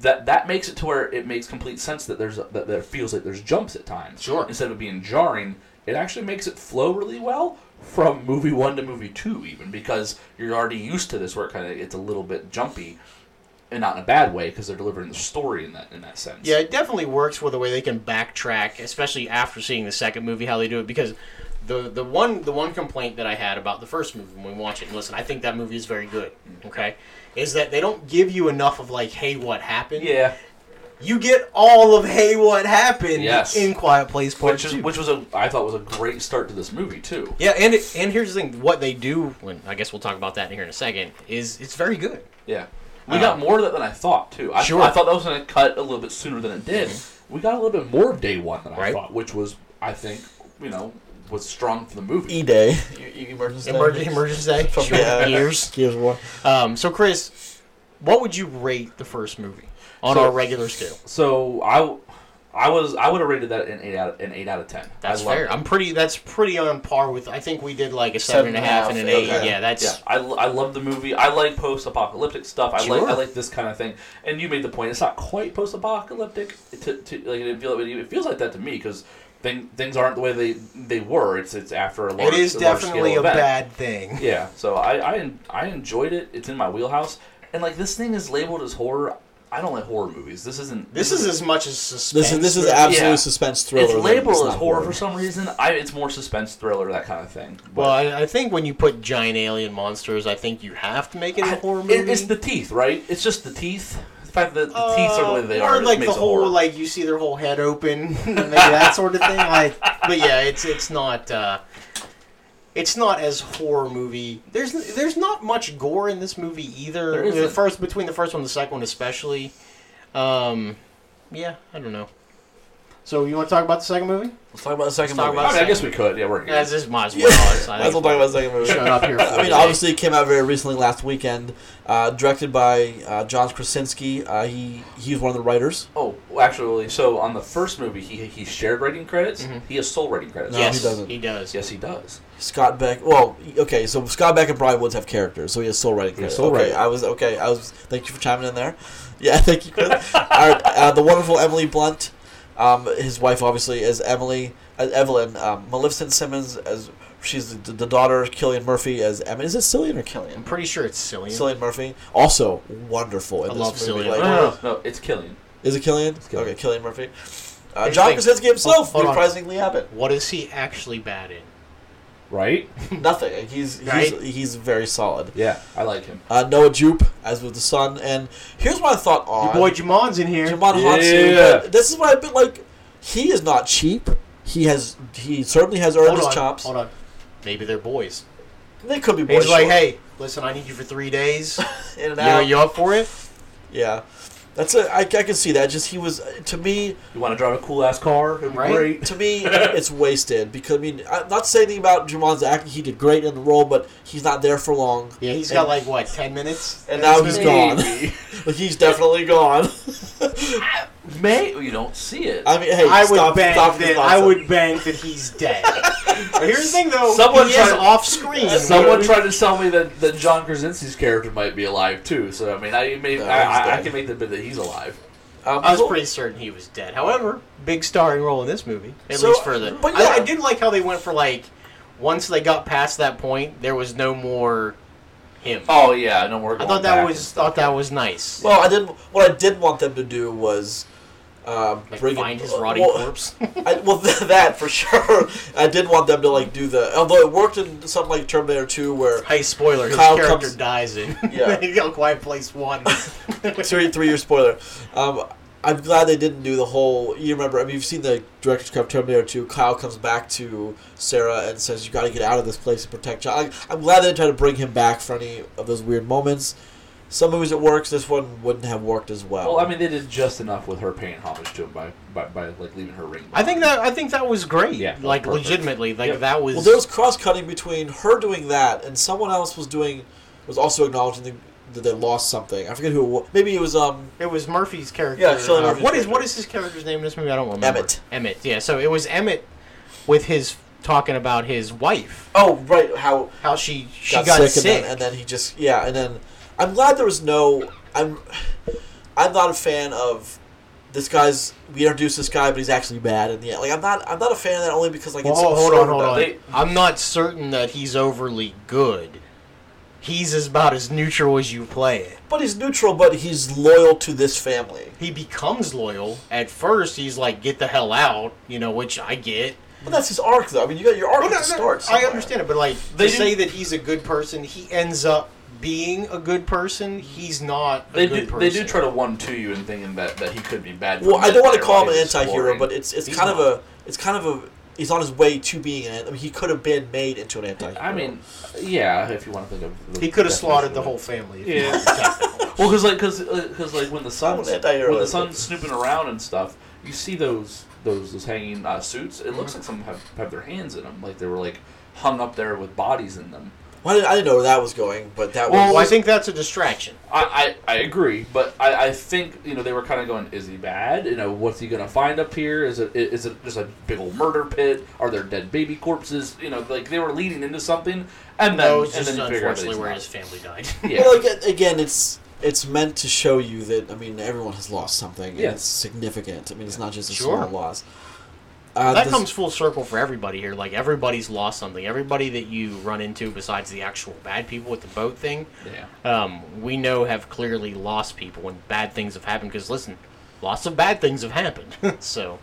S3: that that makes it to where it makes complete sense that there's that there feels like there's jumps at times.
S5: Sure.
S3: Instead of being jarring, it actually makes it flow really well from movie one to movie two, even because you're already used to this where it kind of it's a little bit jumpy, and not in a bad way because they're delivering the story in that in that sense.
S5: Yeah, it definitely works with the way they can backtrack, especially after seeing the second movie, how they do it. Because the the one the one complaint that I had about the first movie when we watch it, and listen, I think that movie is very good.
S3: Mm-hmm.
S5: Okay, is that they don't give you enough of like, hey, what happened?
S3: Yeah.
S5: you get all of hey, what happened?
S3: Yes.
S5: in Quiet Place Part
S3: Which is
S5: Two.
S3: which was a I thought was a great start to this movie too.
S5: yeah, and it, and here's the thing: what they do, when I guess we'll talk about that here in a second, is it's very good.
S3: Yeah. We got more of that than I thought too. I,
S5: Sure.
S3: I thought that was going to cut a little bit sooner than it did. We got a little bit more of day one than I
S5: Right.
S3: thought, which was, I think, you know, was strong for the movie.
S1: E Day. Emergency.
S5: Emergency, emergency day.
S1: From the, uh,
S5: Years.
S1: Gears of War.
S5: Um, so, Chris, what would you rate the first movie on
S3: So-
S5: our regular scale?
S3: So I, I was I would have rated that an eight out of, an eight out of ten.
S5: That's
S3: I loved
S5: fair.
S3: it.
S5: I'm pretty. That's pretty on par with. I think we did like a seven and a half and an eight.
S1: okay.
S5: Yeah, that's.
S3: Yeah, I, lo- I love the movie. I like post-apocalyptic stuff. I
S5: Sure.
S3: like I like this kind of thing. And you made the point; it's not quite post-apocalyptic. To, to like it, feel, it feels like that to me because thing, things aren't the way they they were. It's it's after a large.
S6: It is
S3: a large-scale
S6: definitely a
S3: event.
S6: bad thing.
S3: Yeah, so I, I I enjoyed it. It's in my wheelhouse, and like this thing is labeled as horror. I don't like horror movies. This isn't.
S6: This is as much as suspense.
S1: This is this is absolute
S3: Yeah.
S1: suspense thriller.
S3: It's
S1: that
S3: labeled
S1: it's
S3: as
S1: not
S3: horror for some reason. I it's more suspense thriller that kind of thing. But
S5: Well, I, I think when you put giant alien monsters, I think you have to make it a
S3: I-
S5: horror movie.
S3: it- it's the teeth, right? It's just the teeth. The fact that the teeth are the way they
S6: Uh,
S3: are
S6: Or
S3: just
S6: like
S3: makes
S6: the
S3: it
S6: whole
S3: horror.
S6: like you see their whole head open, maybe that sort of thing. Like
S5: but yeah, it's it's not. Uh, it's not as horror movie. There's there's not much gore in this movie
S3: There
S5: either.
S3: isn't.
S5: The first between the first one and the second one, especially. Um, yeah, I don't know.
S6: So you want to talk about the second movie?
S1: Let's talk about the second
S5: Let's talk
S1: movie.
S3: I,
S5: about
S3: mean, I guess we could. Yeah, we're here.
S5: Yeah, this might as well.
S1: Yeah.
S5: It's- I
S1: Might as well
S5: think-
S1: talk about the second movie.
S5: shut up here. For
S1: I mean,
S5: today.
S1: obviously, it came out very recently last weekend. Uh, directed by uh, John Krasinski. Uh, he he was one of the writers.
S3: Oh, well, actually, so on the first movie, he he shared writing credits. He has sole writing credits.
S1: No,
S5: yes,
S1: he doesn't.
S5: He does.
S3: Yes, he does.
S1: Scott Beck. Well, okay, so Scott Beck and Brian Woods have characters, so he has soul writing
S3: He has
S1: credit.
S3: sole
S1: okay,
S3: writing.
S1: I was okay. I was. Thank you for chiming in there. Yeah, thank you, Chris. All right, uh, the wonderful Emily Blunt. Um, his wife obviously is Emily as Evelyn. Um, Maleficent Simmons as she's the, the daughter. Killian Murphy as Emily. Is it Cillian or Killian?
S5: I'm pretty sure it's silly.
S1: Cillian Murphy, also wonderful in
S5: I
S1: this
S5: love
S1: movie.
S5: Cillian.
S1: Like,
S5: No,
S3: No, no, no, it's killing.
S1: Is it Killian?
S3: Cillian.
S1: Okay, Killian Murphy. Uh,
S5: Here's
S1: John
S5: the thing.
S1: Krasinski himself,
S5: Hold- hold on.
S1: surprisingly happy.
S5: What is he actually bad in?
S3: Right?
S1: Nothing. He's he's,
S5: Right.
S1: he's very solid.
S3: Yeah, I like him.
S1: Uh, Noah Jupe as with the son, and here's my thought on
S6: Your boy Jamon's in here.
S1: Jamon Hansu.
S3: Yeah.
S1: but This is why I've been like, he is not cheap. He has he certainly has earned
S6: hold
S1: his
S6: on,
S1: chops.
S6: hold on.
S5: Maybe they're boys.
S1: They could be
S6: He's
S1: boys.
S6: like,
S1: sure.
S6: hey, listen, I need you for three days.
S1: in and
S5: You,
S1: out.
S5: you up for it?
S1: Yeah, that's a, I, I can see that. Just he was to me.
S3: You want to drive a cool ass car? It'd be
S6: Right?
S3: great.
S1: to me, it's wasted because I mean, I'm not saying anything about Jumon's acting. He did great in the role, but he's not there for long,
S6: Yeah, he's
S1: And-
S6: got like what ten minutes.
S1: and
S6: in
S1: now
S6: this
S1: he's
S6: movie?
S1: gone. like he's definitely gone.
S3: May Oh, you don't see it.
S1: I mean, hey,
S6: I would
S1: stop,
S6: bank
S1: stop
S6: that
S1: this
S6: I
S1: nonsense.
S6: would bank that he's dead. But here's the thing, though.
S3: Someone
S6: he is
S3: tried-
S6: off screen.
S3: Someone tried to tell me that, that John Krasinski's character might be alive too. So I mean, I may,
S1: No, he's
S3: I, I, I
S1: dead.
S3: can make the bit that he's alive.
S1: Um,
S5: I was
S1: cool.
S5: pretty certain he was dead. However, big starring role in this movie, at
S1: So-
S5: least for the.
S1: but yeah.
S5: I, I did like how they went for like once they got past that point, there was no more him.
S3: Oh yeah, no more.
S5: I
S3: going
S5: thought that
S3: back.
S5: was thought that was nice.
S1: Well, I didn't. What I did want them to do was Um,
S5: Like
S1: bring
S5: find
S1: it-
S5: his rotting
S1: well,
S5: corpse.
S1: I, well, that for sure. I did want them to like do the. Although it worked in something like Terminator 2, where
S5: hey, spoiler!
S1: Kyle
S5: his character
S1: comes-
S5: dies in
S1: Yeah.
S5: Hell Quiet Place One.
S1: three three year spoiler. Um, I'm glad they didn't do the whole. You remember? I mean, you've seen the director's cut of Terminator 2. Kyle comes back to Sarah and says, "You got to get out of this place and protect." John. Like, I'm glad they didn't try to bring him back for any of those weird moments. Some movies it works. This one wouldn't have worked as well.
S3: Well, I mean, they did just enough with her paying homage to him by by, by like leaving her ring.
S5: I think that I think that was great.
S3: Yeah, that was
S5: like
S3: perfect.
S5: legitimately, like
S3: Yeah.
S5: that was.
S1: Well, there was cross cutting between her doing that and someone else was doing was also acknowledging the, that they lost something. I forget who it was. Maybe it was um uh,
S5: It was Murphy's character.
S1: Yeah, Cillian Murphy's
S5: Uh, what is
S1: character.
S5: what is his character's name in this movie? I don't remember.
S1: Emmett.
S5: Emmett. Yeah. So it was Emmett with his talking about his wife,
S1: oh right how
S5: how she she
S1: got,
S5: got,
S1: sick, And, then, and then he just yeah and then I'm glad there was no I'm I'm not a fan of this guy's we introduced this guy but he's actually bad in the end. Like I'm not I'm not a fan of that only because like
S5: Well,
S1: it's
S5: hold
S1: so
S5: on, hold on.
S1: overdone.
S3: They-
S5: I'm not certain that he's overly good. He's as about as neutral as you play it.
S1: But he's neutral but he's loyal to this family.
S5: He becomes loyal at first. He's like, "Get the hell out," you know, which I get.
S1: But that's his arc though. I mean you got your arc
S5: Well,
S1: at
S5: no,
S1: the
S5: no,
S1: start.
S5: I
S1: somewhere.
S5: understand it, but like
S3: They
S5: they say
S3: didn't-
S5: that he's a good person, he ends up being a good person. He's not a
S3: They
S5: good
S3: do,
S5: person.
S3: they do try to one two you and thinking that, that he could be bad. for
S1: Well, I
S3: them,
S1: don't want to
S3: they're
S1: call him an
S3: always
S1: anti-hero,
S3: exploring.
S1: but it's it's
S5: He's
S1: kind
S5: not.
S1: of a it's kind of a he's on his way to being an. I mean, he could have been made into an anti-hero.
S3: I mean, yeah, if you want to think of the
S5: He could have
S3: definition
S5: slaughtered
S3: of
S5: the
S3: it.
S5: whole family. if he
S3: Yeah.
S5: wanted to.
S3: Well, because like, cause, uh, cause, like when the sun's
S1: Oh, that diary
S3: when the
S1: was-
S3: sun's snooping around and stuff, you see those those those hanging uh, suits. It
S1: Mm-hmm.
S3: looks like some have have their hands in them, like they were like hung up there with bodies in them.
S1: Why did, I didn't know where that was going, but that
S5: well, I
S1: was.
S5: think that's a distraction.
S3: I, I, I agree, but I, I think you know they were kind of going, is he bad? You know, what's he gonna find up here? Is it is it just a big old murder pit? Are there dead baby corpses? You know, like they were leading into something, and then
S5: No, it's
S3: and
S5: just
S3: then you figure out that
S5: unfortunately
S3: he's
S5: where
S3: not.
S5: his family died.
S3: Yeah.
S1: Well, like, again, it's it's meant to show you that I mean everyone has lost something. and
S3: Yeah.
S1: it's significant. I mean, it's not just a
S5: Sure.
S1: small loss. Uh,
S5: that
S1: this-
S5: comes full circle for everybody here. Like everybody's lost something. Everybody that you run into, besides the actual bad people with the boat thing,
S3: yeah.
S5: um, we know have clearly lost people and bad things have happened. Because listen, lots of bad things have happened. so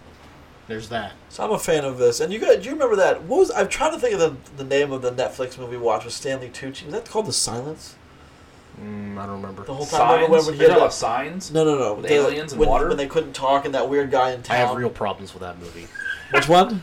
S5: there's that.
S1: So I'm a fan of this, and you guys, do you remember that? What was I'm trying to think of the, the name of the Netflix movie we watched with Stanley Tucci? Is that called The Silence?
S5: Mm, I don't remember.
S1: The whole time, I
S3: Signs.
S1: remember when
S3: You're
S1: he
S3: talking
S1: had
S3: about
S1: that-
S3: signs.
S1: No, no, no.
S3: With
S1: the-
S3: aliens and
S1: when,
S3: water?
S1: when they couldn't talk, and that weird guy in
S5: I
S1: town.
S5: have real problems with that movie.
S1: Which one?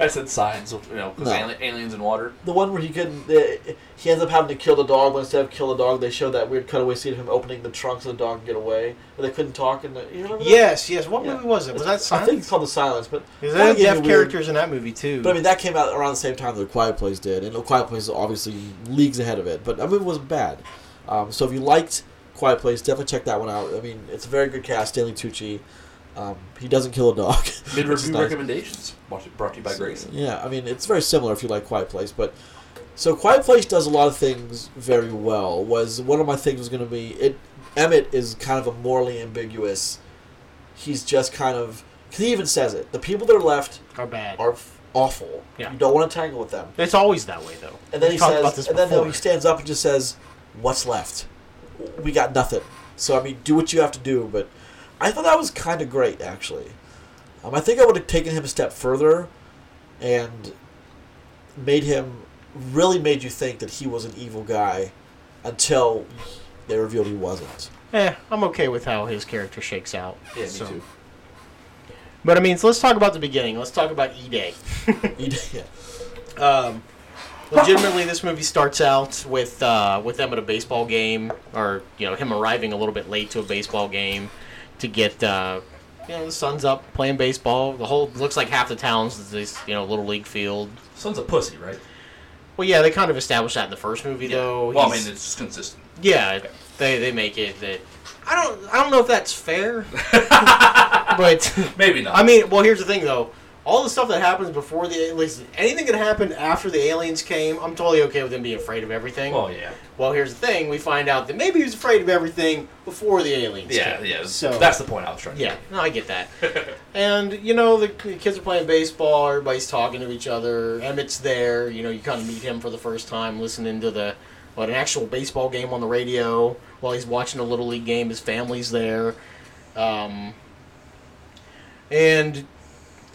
S3: I said signs. You know, because
S1: No.
S3: aliens and water.
S1: The one where he couldn't. Uh, he ends up having to kill the dog, but instead of kill the dog, they show that weird cutaway scene of him opening the trunks of the dog and get away. But they couldn't talk, and the, you remember that?
S5: yes, yes. What
S1: Yeah.
S5: movie was it? Was that
S1: I think it's
S5: Silence?
S1: called The Silence, but
S5: Is
S1: Kinda
S5: there
S1: gave
S5: deaf
S1: me weird-
S5: characters in that movie too?
S1: But I mean, that came out around the same time that The Quiet Place did, and The Quiet Place is obviously leagues ahead of it. But I mean, it wasn't bad. Um, so if you liked Quiet Place, definitely check that one out. I mean, it's a very good cast. Stanley Tucci. Um, he doesn't kill a dog. which
S3: Mid
S1: is
S3: review
S1: nice.
S3: recommendations. Watch it, brought to you by Grayson.
S1: Yeah, I mean, it's very similar if you like Quiet Place, but so Quiet Place does a lot of things very well. Was one of my things was going to be it. Emmett is kind of a morally ambiguous. He's just kind of. 'cause he even says it. The people that are left
S5: are bad.
S1: are f- awful.
S5: Yeah.
S1: You don't want to tangle with them.
S5: It's always that way though.
S1: And then
S5: We've
S1: he
S5: talked about
S1: says,
S5: this
S1: and then uh,
S5: before.
S1: he stands up and just says, "What's left? We got nothing." So I mean, do what you have to do. But I thought that was kind of great, actually. Um, I think I would have taken him a step further, and made him really made you think that he was an evil guy until they revealed he wasn't.
S5: Eh, I'm okay with how his character shakes out.
S3: Yeah, me
S5: So-
S3: too.
S5: But I mean, so let's talk about the beginning. Let's talk about E Day.
S1: He did- yeah.
S5: Um, legitimately, this movie starts out with uh, with them at a baseball game, or you know, him arriving a little bit late to a baseball game to get uh, you know the sun's up playing baseball. The whole looks like half the town's this you know little league field.
S3: Son's a pussy, right?
S5: Well, yeah, they kind of established that in the first movie, though.
S3: well, I
S5: He's-
S3: mean, it's just consistent.
S5: yeah, they they make it that. I don't I don't know if that's fair, but
S3: Maybe not.
S5: I mean, well, here's the thing though. All the stuff that happens before the aliens, anything that happened after the aliens came, I'm totally okay with him being afraid of everything.
S3: well, yeah,
S5: Well, here's the thing: we find out that maybe he was afraid of everything before the aliens.
S3: yeah,
S5: came.
S3: yeah.
S5: So
S3: that's the point I was trying. to
S5: yeah, no, I get that. and you know, the, the kids are playing baseball. Everybody's talking to each other. Emmett's there. You know, you kind of meet him for the first time, listening to the what an actual baseball game on the radio while he's watching a little league game. His family's there. Um, And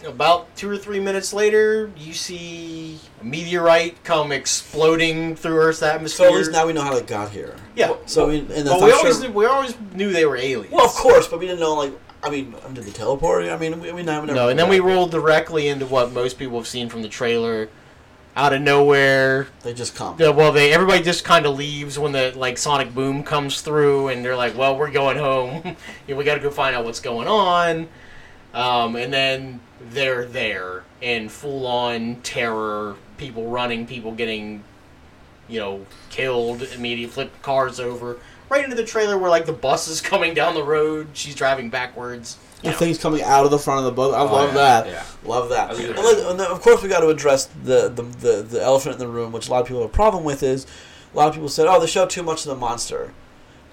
S5: about two or three minutes later, you see a meteorite come exploding through Earth's
S1: So
S5: atmosphere.
S1: at least now we know how they got here.
S5: yeah.
S1: So I mean, and that's
S5: But we
S1: not
S5: always
S1: sure-
S5: knew, we always knew they were aliens.
S1: Well, of course, but we didn't know like. I mean, um, did they teleport? I mean, we, we never.
S5: No, and then we rolled directly into what most people have seen from the trailer. Out of nowhere,
S1: They just come.
S5: Yeah, well, they everybody just kind of leaves when the like sonic boom comes through, and they're like, "Well, we're going home. you know, we got to go find out what's going on." Um, and then they're there in full on terror. People running, people getting, you know, killed. Immediate flip cars over right into the trailer where like the bus is coming down the road. She's driving backwards.
S1: The things coming out of the front of the boat. I love
S3: yeah,
S1: that.
S3: yeah.
S1: Love that.
S3: I was gonna-
S1: Well, look, and then, of course, we got to address the, the, the, the elephant in the room, which a lot of people have a problem with. Is a lot of people said, "Oh, they show too much of the monster,"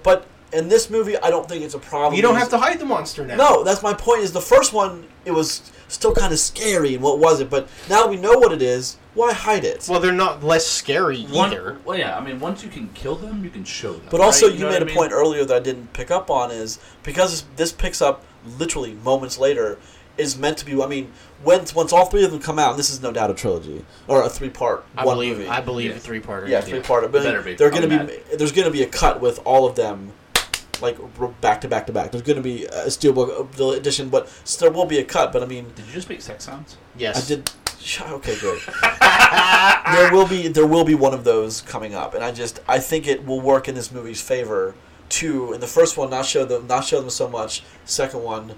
S1: but in this movie, I don't think it's a problem.
S5: You don't
S1: because-
S5: have to hide the monster now.
S1: No, that's my point. Is the first one it was still kind of scary, and what was it? But now we know what it is. Why hide it?
S5: Well, they're not less scary
S3: One-
S5: either.
S3: well, yeah. I mean, once you can kill them, you can show them.
S1: But also,
S3: right?
S1: you,
S3: know
S1: made
S3: what
S1: a
S3: I mean?
S1: point earlier that I didn't pick up on is because this picks up literally moments later. Is meant to be. I mean, once once all three of them come out, and this is no doubt a trilogy or a three part
S5: I
S1: one
S5: believe.
S1: movie.
S5: I believe
S3: Yeah.
S5: a three parter.
S1: yeah, three part. But
S3: better be.
S1: they're gonna
S3: I'm
S1: be.
S3: mad.
S1: There's gonna be a cut with all of them, like r- back to back to back. There's gonna be a steelbook uh, edition, but there will be a cut. But I mean,
S3: Did you just make sex sounds?
S5: Yes.
S1: I did. sh- Okay, great. there will be there will be one of those coming up, and I just I think it will work in this movie's favor. Two in the first one, not show them not show them so much. Second one,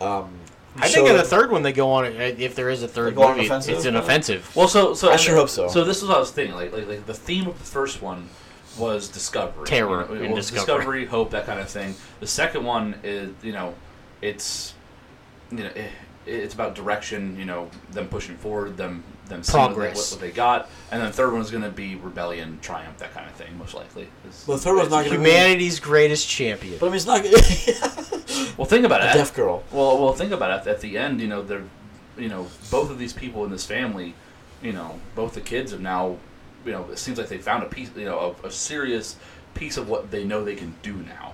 S1: um,
S5: I
S1: show
S5: think in the
S1: them-
S5: third one they go on. eh, If there is a
S1: They
S5: third
S1: go on
S5: movie,
S1: offensive?
S5: it's an offensive.
S3: Well, so so
S1: I sure hope so.
S3: So this is what I was thinking. Like, like like the theme of the first one was discovery,
S5: Terror
S3: You know,
S5: and
S3: well,
S5: discovery.
S3: hope, that kind of thing. The second one is you know, it's you know, it, it's about direction. You know, them pushing forward, them them seeing what they-
S5: Progress.
S3: what, what they got, and then the third one is going to be rebellion, triumph, that kind of thing, most likely. It's-
S1: Well, the third one's not gonna-
S5: Humanity's greatest champion.
S1: But I mean, it's not a
S3: Well, think about it.
S1: deaf girl.
S3: Well, well, think about it. At- At the end, you know, they're, you know, both of these people in this family, you know, both the kids have now, you know, it seems like they found a piece, you know, a, a serious piece of what they know they can do now.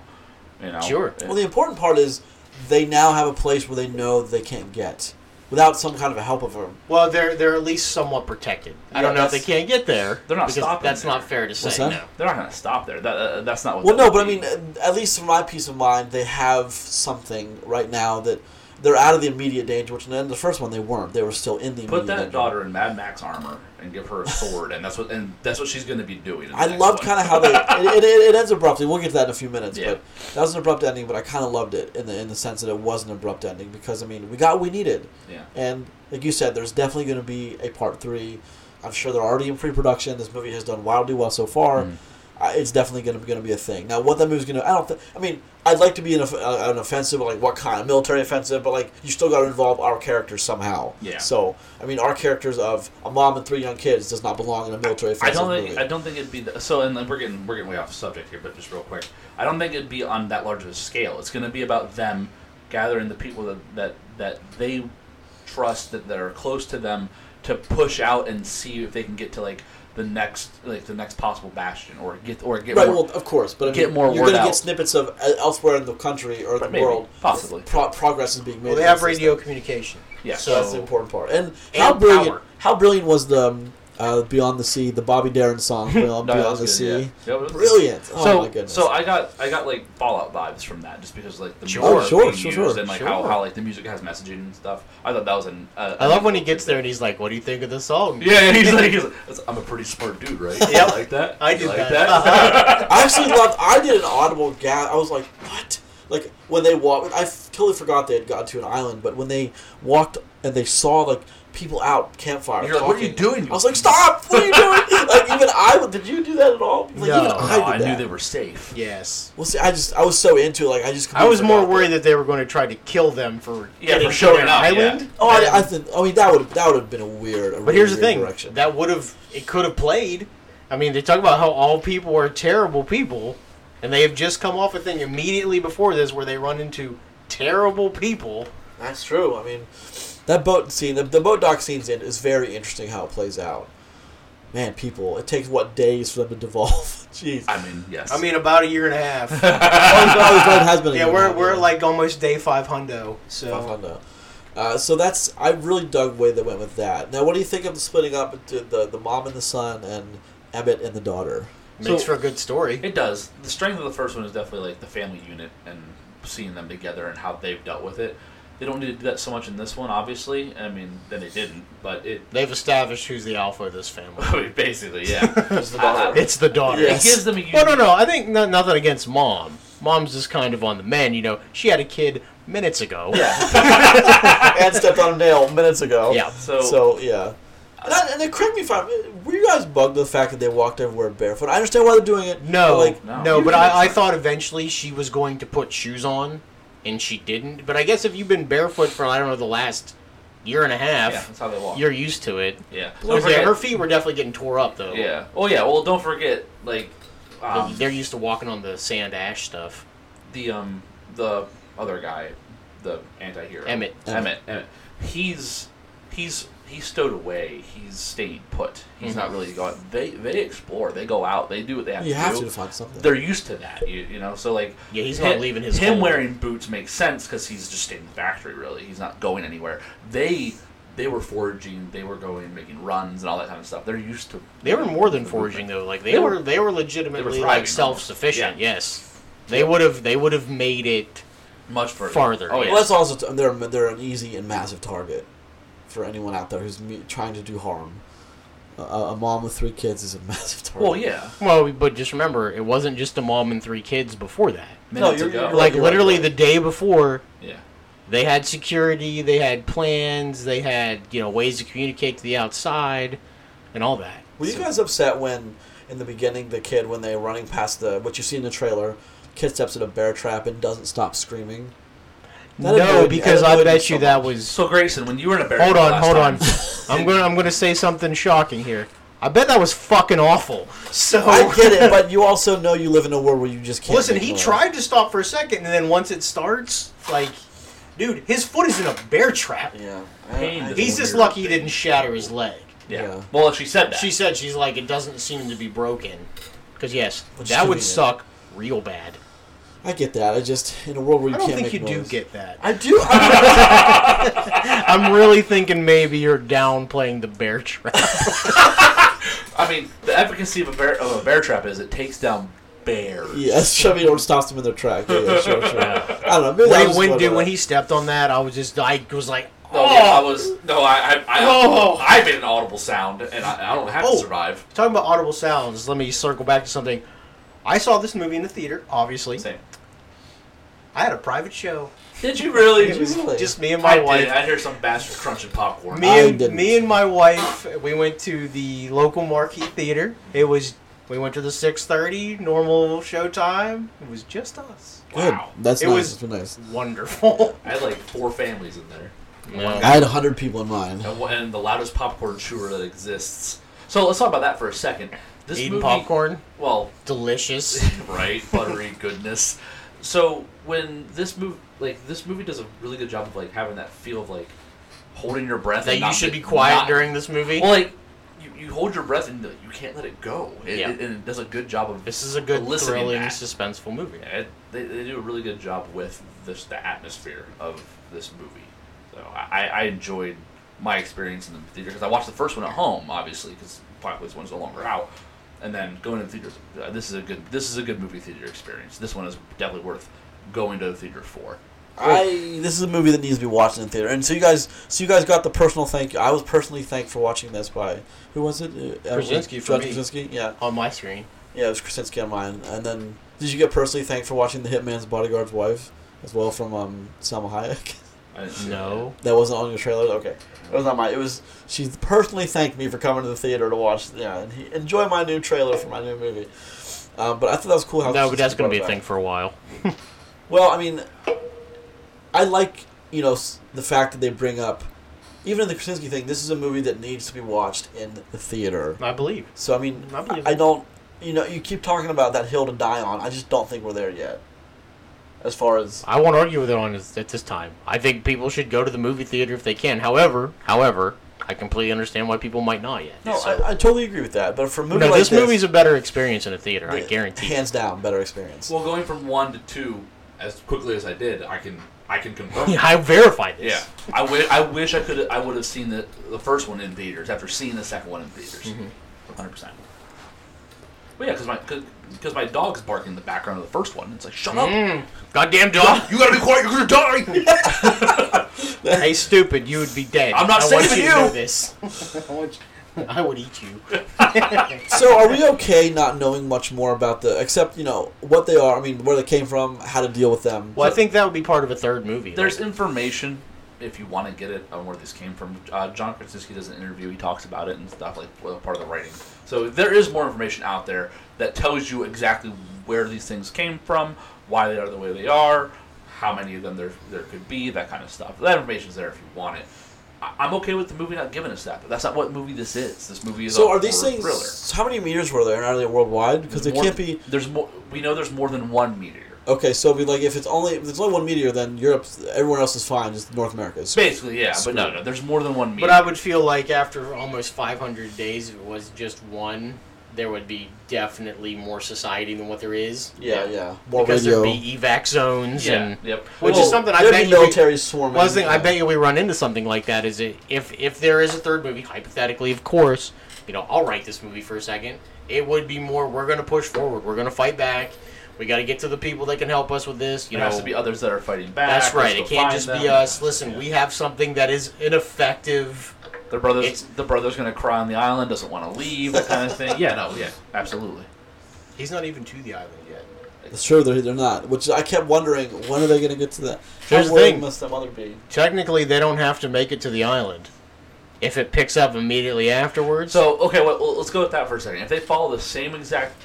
S3: You know,
S5: Sure.
S1: Well, the important part is they now have a place where they know they can't get without some kind of a help of a
S5: Well, they're they're at least somewhat protected. I
S3: Yeah,
S5: don't know if they
S3: that's-
S5: can't get there.
S3: They're not
S5: because
S3: stopping
S5: That's
S3: there.
S5: not fair to say.
S1: that?
S5: No.
S3: They're not going to stop there. That, uh, that's not what.
S1: Well,
S3: that
S1: no,
S3: would
S1: but I
S3: be.
S1: mean, uh, at least for my peace of mind, they have something right now that they're out of the immediate danger. Which in the first one they weren't; they were still in the
S3: put
S1: immediate
S3: that
S1: danger.
S3: daughter in Mad Max armor and give her a sword, and that's what, and that's what she's going to be doing. in the
S1: I
S3: next
S1: loved
S3: one.
S1: kind of how they it, it, it ends abruptly. We'll get to that in a few minutes,
S3: Yeah.
S1: but that was an abrupt ending. But I kind of loved it in the in the sense that it was an abrupt ending because I mean we got what we needed,
S3: yeah.
S1: and like you said, there's definitely going to be a part three. I'm sure they're already in pre-production. This movie has done wildly well so far.
S3: Hmm.
S1: I it's definitely going to going to be a thing. Now, what that movie's going to, I don't. Th- I mean, I'd like to be an, off- uh, an offensive, but like what kind? A military offensive, but like you still got to involve our characters somehow.
S3: Yeah.
S1: So, I mean, our characters of a mom and three young kids does not belong in a military
S3: I
S1: offensive
S3: don't
S1: movie.
S3: think I don't think it'd be the, so. And then we're getting we're getting way off subject here, but just real quick, I don't think it'd be on that large of a scale. It's going to be about them gathering the people that that, that they trust that, that are close to them to push out and see if they can get to like the next like the next possible bastion or get or get
S1: Right,
S3: more,
S1: well, of course, but I mean,
S3: Get more
S1: you're
S3: word
S1: going to
S3: out.
S1: get snippets of uh, elsewhere in the country or the
S3: maybe,
S1: world.
S3: possibly.
S1: pro- progress is being made.
S5: Well, they
S1: in
S5: have
S1: this
S5: radio
S1: system.
S5: communication.
S3: yeah.
S1: So that's the
S5: so-
S1: important part. And, how brilliant! How brilliant was the um, uh, Beyond the Sea, the Bobby Darin song Beyond,
S3: No, that
S1: Beyond
S3: was
S1: the
S3: good,
S1: Sea?
S3: yeah. Yeah, it was-
S1: Brilliant! Oh
S3: so,
S1: my goodness!
S3: so I got I got like Fallout vibes from that just because like the
S5: Sure.
S3: music
S5: Oh,
S1: sure,
S3: being
S1: sure,
S3: used
S1: sure,
S3: and like how,
S5: sure.
S3: how like the music has messaging and stuff. I thought that was an uh,
S5: I love when he gets there and he's like, "What do you think of the song?"
S3: Yeah, yeah, he's like, he's like "That's- I'm a pretty smart dude, right? Yeah,
S5: Yep.
S3: like that.
S5: I
S3: You
S5: did
S3: like
S5: that.
S1: I actually loved. I did an audible gasp. I was like, "What?" Like when they walked, I f- totally forgot they had gotten to an island. But when they walked and they saw like people out campfire,
S3: You're like, "What are you
S1: talking,
S3: doing?"
S1: I was like, "Stop! What are you doing?" like even I would. Did you do that at all? Like,
S5: No.
S1: even
S5: No,
S1: I,
S3: No,
S1: did
S3: I
S1: that.
S3: knew they were safe.
S5: Yes.
S1: Well, see, I just I was so into it. Like I just.
S5: I was more
S1: completely
S5: worried that they were going to try to kill them for
S3: Yeah,
S5: getting
S3: for
S5: to
S3: showing
S5: their
S3: up,
S5: Island.
S3: yeah.
S1: forgot. Oh, I, I, think, I mean that would that would have been a weird. A
S5: But here's the
S1: weird
S5: thing:
S1: Direction.
S5: that would have it could have played. I mean, they talk about how all people are terrible people, and they have just come off a thing immediately before this where they run into terrible people.
S1: That's true. I mean, that boat scene, the, the boat dock scenes in is very interesting how it plays out. Man, people, it takes what days for them to devolve. Jeez.
S3: I mean, yes.
S5: I mean, about a year and a half.
S1: oh, no, it has been. a
S5: yeah,
S1: year
S5: we're
S1: now,
S5: we're
S1: yeah.
S5: like almost day five
S1: Five
S5: hundo. So
S1: hundred. Uh, so that's I really dug the way they went with that. Now, what do you think of the splitting up into the the mom and the son and Emmett and the daughter?
S5: Makes
S3: So-
S5: for a good story.
S3: It does. The strength of the first one is definitely like the family unit and seeing them together and how they've dealt with it. They don't need to do that so much in this one, obviously. I mean, then they didn't, but it
S5: They've established who's the alpha of this family.
S3: I mean, basically, yeah.
S1: Who's the daughter?
S5: It's the daughter.
S1: Yes.
S3: It gives them a unique.
S5: Well, no, no. I think no, nothing against mom. Mom's just kind of on the men. You know, she had a kid minutes ago.
S3: Yeah.
S1: and stepped on a nail minutes ago.
S5: Yeah.
S3: So,
S1: So yeah. And, I, and then correct me if I'm. Were you guys bugged with the fact that they walked everywhere barefoot? I understand why they're doing it.
S5: No,
S1: but, like
S5: no,
S3: No.
S5: but I, I thought eventually she was going to put shoes on, and she didn't. But I guess if you've been barefoot for I don't know the last year and a
S3: yeah,
S5: half,
S3: that's how they walk.
S5: you're used to it.
S3: yeah.
S5: Don't
S3: Don't
S5: forget,
S3: forget,
S5: her feet were definitely getting tore up though.
S3: yeah. Oh yeah. Well, don't forget like um,
S5: They're used to walking on the sand ash stuff.
S3: the um the other guy, the anti-hero.
S5: Emmett.
S3: Emmett. Emmett. He's he's he's stowed away. He's staying put. He's
S5: Mhm.
S3: not really going. They they explore. They go out. They do what they have
S1: you
S3: to
S1: have
S3: do.
S1: to find something.
S3: They're used to that. You, you know. So like.
S5: Yeah, he's
S3: hi-
S5: not leaving his
S3: Him
S5: home.
S3: wearing boots makes sense because he's just staying in the factory. Really, he's not going anywhere. They. They were foraging. They were going, making runs, and all that kind of stuff. They're used to.
S5: They were more than foraging though. Like they,
S3: They
S5: were,
S3: were-
S5: they were legitimately
S3: thriving
S5: like
S3: almost.
S5: self sufficient.
S3: Yeah.
S5: Yes, they would have they would have made it.
S3: much further.
S5: Farther,
S3: Oh
S5: yeah.
S3: yeah.
S1: Well, that's also t- they're they're an easy and massive target for anyone out there who's me- trying to do harm. A, a a mom with three kids is a massive target.
S3: well, yeah.
S5: Well, but just remember, it wasn't just a mom and three kids before that.
S1: No,
S3: Minutes
S1: you're-
S3: ago.
S1: you're right.
S5: Like literally the day before,
S3: yeah.
S5: they had security, they had plans, they had you know ways to communicate to the outside, and all that.
S1: Were you guys upset when, in the beginning, the kid when they're running past the what you see in the trailer, kid steps in a bear trap and doesn't stop screaming? That annoyed
S5: no,
S1: me.
S5: because
S1: That
S5: I
S1: annoyed me
S5: bet
S1: so
S5: you that
S1: much.
S5: was.
S3: So Grayson, when you were in a bear,
S5: Hold on,
S3: last
S5: hold
S3: time-
S5: on. I'm gonna I'm gonna say something shocking here. I bet that was fucking awful. So
S1: I get it, but you also know you live in a world where you just can't.
S5: Oh. Listen, he
S1: ignore it.
S5: tried to stop for a second, and then once it starts, like, dude, his foot is in a bear trap.
S1: Yeah,
S3: Pain is
S5: He's just lucky he didn't shatter his leg.
S3: Yeah.
S1: Yeah.
S3: Well, she said that.
S5: She said she's like, it doesn't seem to be broken. Because, yes,
S1: Which
S5: that
S1: could
S5: would
S1: be it.
S5: suck real bad.
S1: I get that. I just in a world where you
S5: I don't
S1: can't
S5: think you
S1: make
S5: do
S1: noise.
S5: get that.
S1: I do. I,
S5: I'm really thinking maybe you're downplaying the bear trap.
S3: I mean, the efficacy of a bear of a bear trap is it takes down bears.
S1: yes, Chevy Orr stops them in their track. Yeah, yeah, sure, sure. I don't know. Maybe that
S5: when,
S1: was
S5: when,
S1: what
S5: dude,
S1: it
S5: when
S1: was.
S5: he stepped on that, I was just, I was like,
S3: No,
S5: oh,
S3: yeah, I was no, I I, I,
S5: Oh.
S3: I made an audible sound, and I, I don't have
S5: Oh.
S3: to survive.
S5: Talking about audible sounds, let me circle back to something. I saw this movie in the theater, obviously.
S3: Same.
S5: I had a private show.
S3: Did you really?
S1: It was really-
S5: Just me and
S3: I
S5: my wife.
S3: did. I hear some bastard crunching popcorn.
S5: Me
S1: I
S5: and
S1: didn't.
S5: me and my wife, we went to the local marquee theater. It was we went to the six thirty normal show time. It was just us.
S1: Good.
S3: Wow.
S1: That's
S5: It
S1: nice.
S5: was-
S1: That's nice.
S5: Wonderful.
S3: I had like four families in there,
S1: I had hundred people in mind.
S5: Oh.
S3: and, one- and the loudest popcorn chewer that exists. So let's talk about that for a second. This
S5: Eating
S3: movie,
S5: popcorn,
S3: Well,
S5: delicious.
S3: right? Buttery goodness. So when this movie, like this movie, does a really good job of like having that feel of like holding your breath.
S5: that
S3: and
S5: you
S3: not
S5: should be
S3: get-
S5: quiet
S3: not-
S5: during this movie.
S3: Well, like you, you hold your breath and you can't let it go. It,
S5: Yeah.
S3: it- and it does a good job of.
S5: this is a good,
S3: eliciting
S5: thrilling,
S3: that.
S5: suspenseful movie.
S3: Yeah, it, they, they do a really good job with this the atmosphere of this movie. So I, I enjoyed my experience in the theater because I watched the first one at home, obviously, because Quiet Place One's no longer out. And then going to the theater, uh, this is a good this is a good movie theater experience. This one is definitely worth going to the theater for.
S1: I this is a movie that needs to be watched in the theater. And so you guys, so you guys got the personal thank you. I was personally thanked for watching this by who was it? Uh,
S5: Krasinski
S1: uh,
S5: for
S1: John
S5: me.
S1: Krasinski. Yeah,
S5: On my screen,
S1: yeah, it was Krasinski on mine. And then did you get personally thanked for watching The Hitman's Bodyguard's Wife as well from um, Selma Hayek?
S3: I didn't see
S5: no.
S1: that wasn't on your trailer. Okay, it was not mine. It was she personally thanked me for coming to the theater to watch. Yeah, and he, enjoy my new trailer for my new movie. Um, but I thought that was cool. How
S5: No, but that's
S1: Krasinski brought
S5: going to
S1: it
S5: be a
S1: back.
S5: thing for a while.
S1: Well, I mean, I like you know s- the fact that they bring up, even in the Krasinski thing. This is a movie that needs to be watched in the theater.
S5: I believe.
S1: So I mean,
S5: I believe
S1: I
S5: it.
S1: don't. You know, you keep talking about that hill to die on. I just don't think we're there yet. As far as
S5: I won't argue with it on this, at this time. I think people should go to the movie theater if they can. However, however, I completely understand why people might not yet.
S1: no,
S5: So-
S1: I, I totally agree with that. But for a movie
S5: no,
S1: like
S5: this, movie's a better experience in a theater. I guarantee.
S1: hands down, better experience.
S3: Well, going from one to two as quickly as I did, I can I can confirm.
S5: Yeah, I verified this.
S3: Yeah, I wi- I wish I could. I would have seen the the first one in theaters after seeing the second one in theaters. 100 percent. But yeah, because my because my dog's barking in the background of the first one. It's like shut up!
S5: Goddamn dog.
S3: You gotta be quiet. You're gonna die.
S5: hey, stupid, you would be dead.
S3: I'm not
S5: I want
S3: saving
S5: you. to
S3: you.
S5: know this.
S7: I want you- I would eat you.
S1: So, are we okay not knowing much more about the, except you know what they are? I mean, where they came from, how to deal with them.
S5: Well, I think that would be part of a third movie.
S3: There's
S5: like,
S3: information if you want to get it on where this came from. Uh, John Krasinski does an interview. He talks about it and stuff like well, part of the writing. So there is more information out there that tells you exactly where these things came from, why they are the way they are, how many of them there there could be, that kind of stuff. That information's there if you want it. I- I'm okay with the movie not giving us that, but that's not what movie this is. This movie is
S1: so,
S3: a
S1: are these
S3: horror
S1: things?
S3: thriller.
S1: How many meters were there, and are they worldwide? Because they
S3: More-
S1: can't be.
S3: There's more. We know there's more than one meteor.
S1: Okay, so be like if it's only if there's only one meteor, then Europe, everyone else is fine. Just North America is.
S3: Basically, yeah, but no, no. There's more than one meteor.
S2: But I would feel like after almost 500 days, if it was just one, there would be definitely more society than what there is.
S1: Yeah, yeah. More
S2: because
S1: radio.
S2: there'd be evac zones
S3: yeah,
S2: and
S3: yep.
S2: which
S3: Well,
S2: is something I
S1: There'd
S2: bet
S1: be
S2: you we-
S1: military swarming.
S2: Well, that's the thing, I bet you we run into something like that. Is it if if there is a third movie, hypothetically, of course, you know, I'll write this movie for a second. It would be more. We're going to push forward. We're going to fight back. We got to get to the people that can help us with this. You
S3: There
S2: know,
S3: has to be others that are fighting back.
S2: that's
S3: Let's
S2: right.
S3: go
S2: It can't
S3: find
S2: just be
S3: them.
S2: us. Listen, we have something that is ineffective.
S3: The brother's
S2: It's-
S3: the brother's gonna cry on the island, doesn't want to leave, that kind of thing. Yeah, no, yeah, absolutely.
S2: He's not even to the island yet.
S1: It's true they're, they're not. Which I kept wondering when are they going to get to that?
S5: Here's
S1: how
S5: the
S1: worried
S5: thing.
S1: must that mother be?
S5: technically they don't have to make it to the island. If it picks up immediately afterwards,
S3: So okay, well, well, let's go with that for a second. If they follow the same exact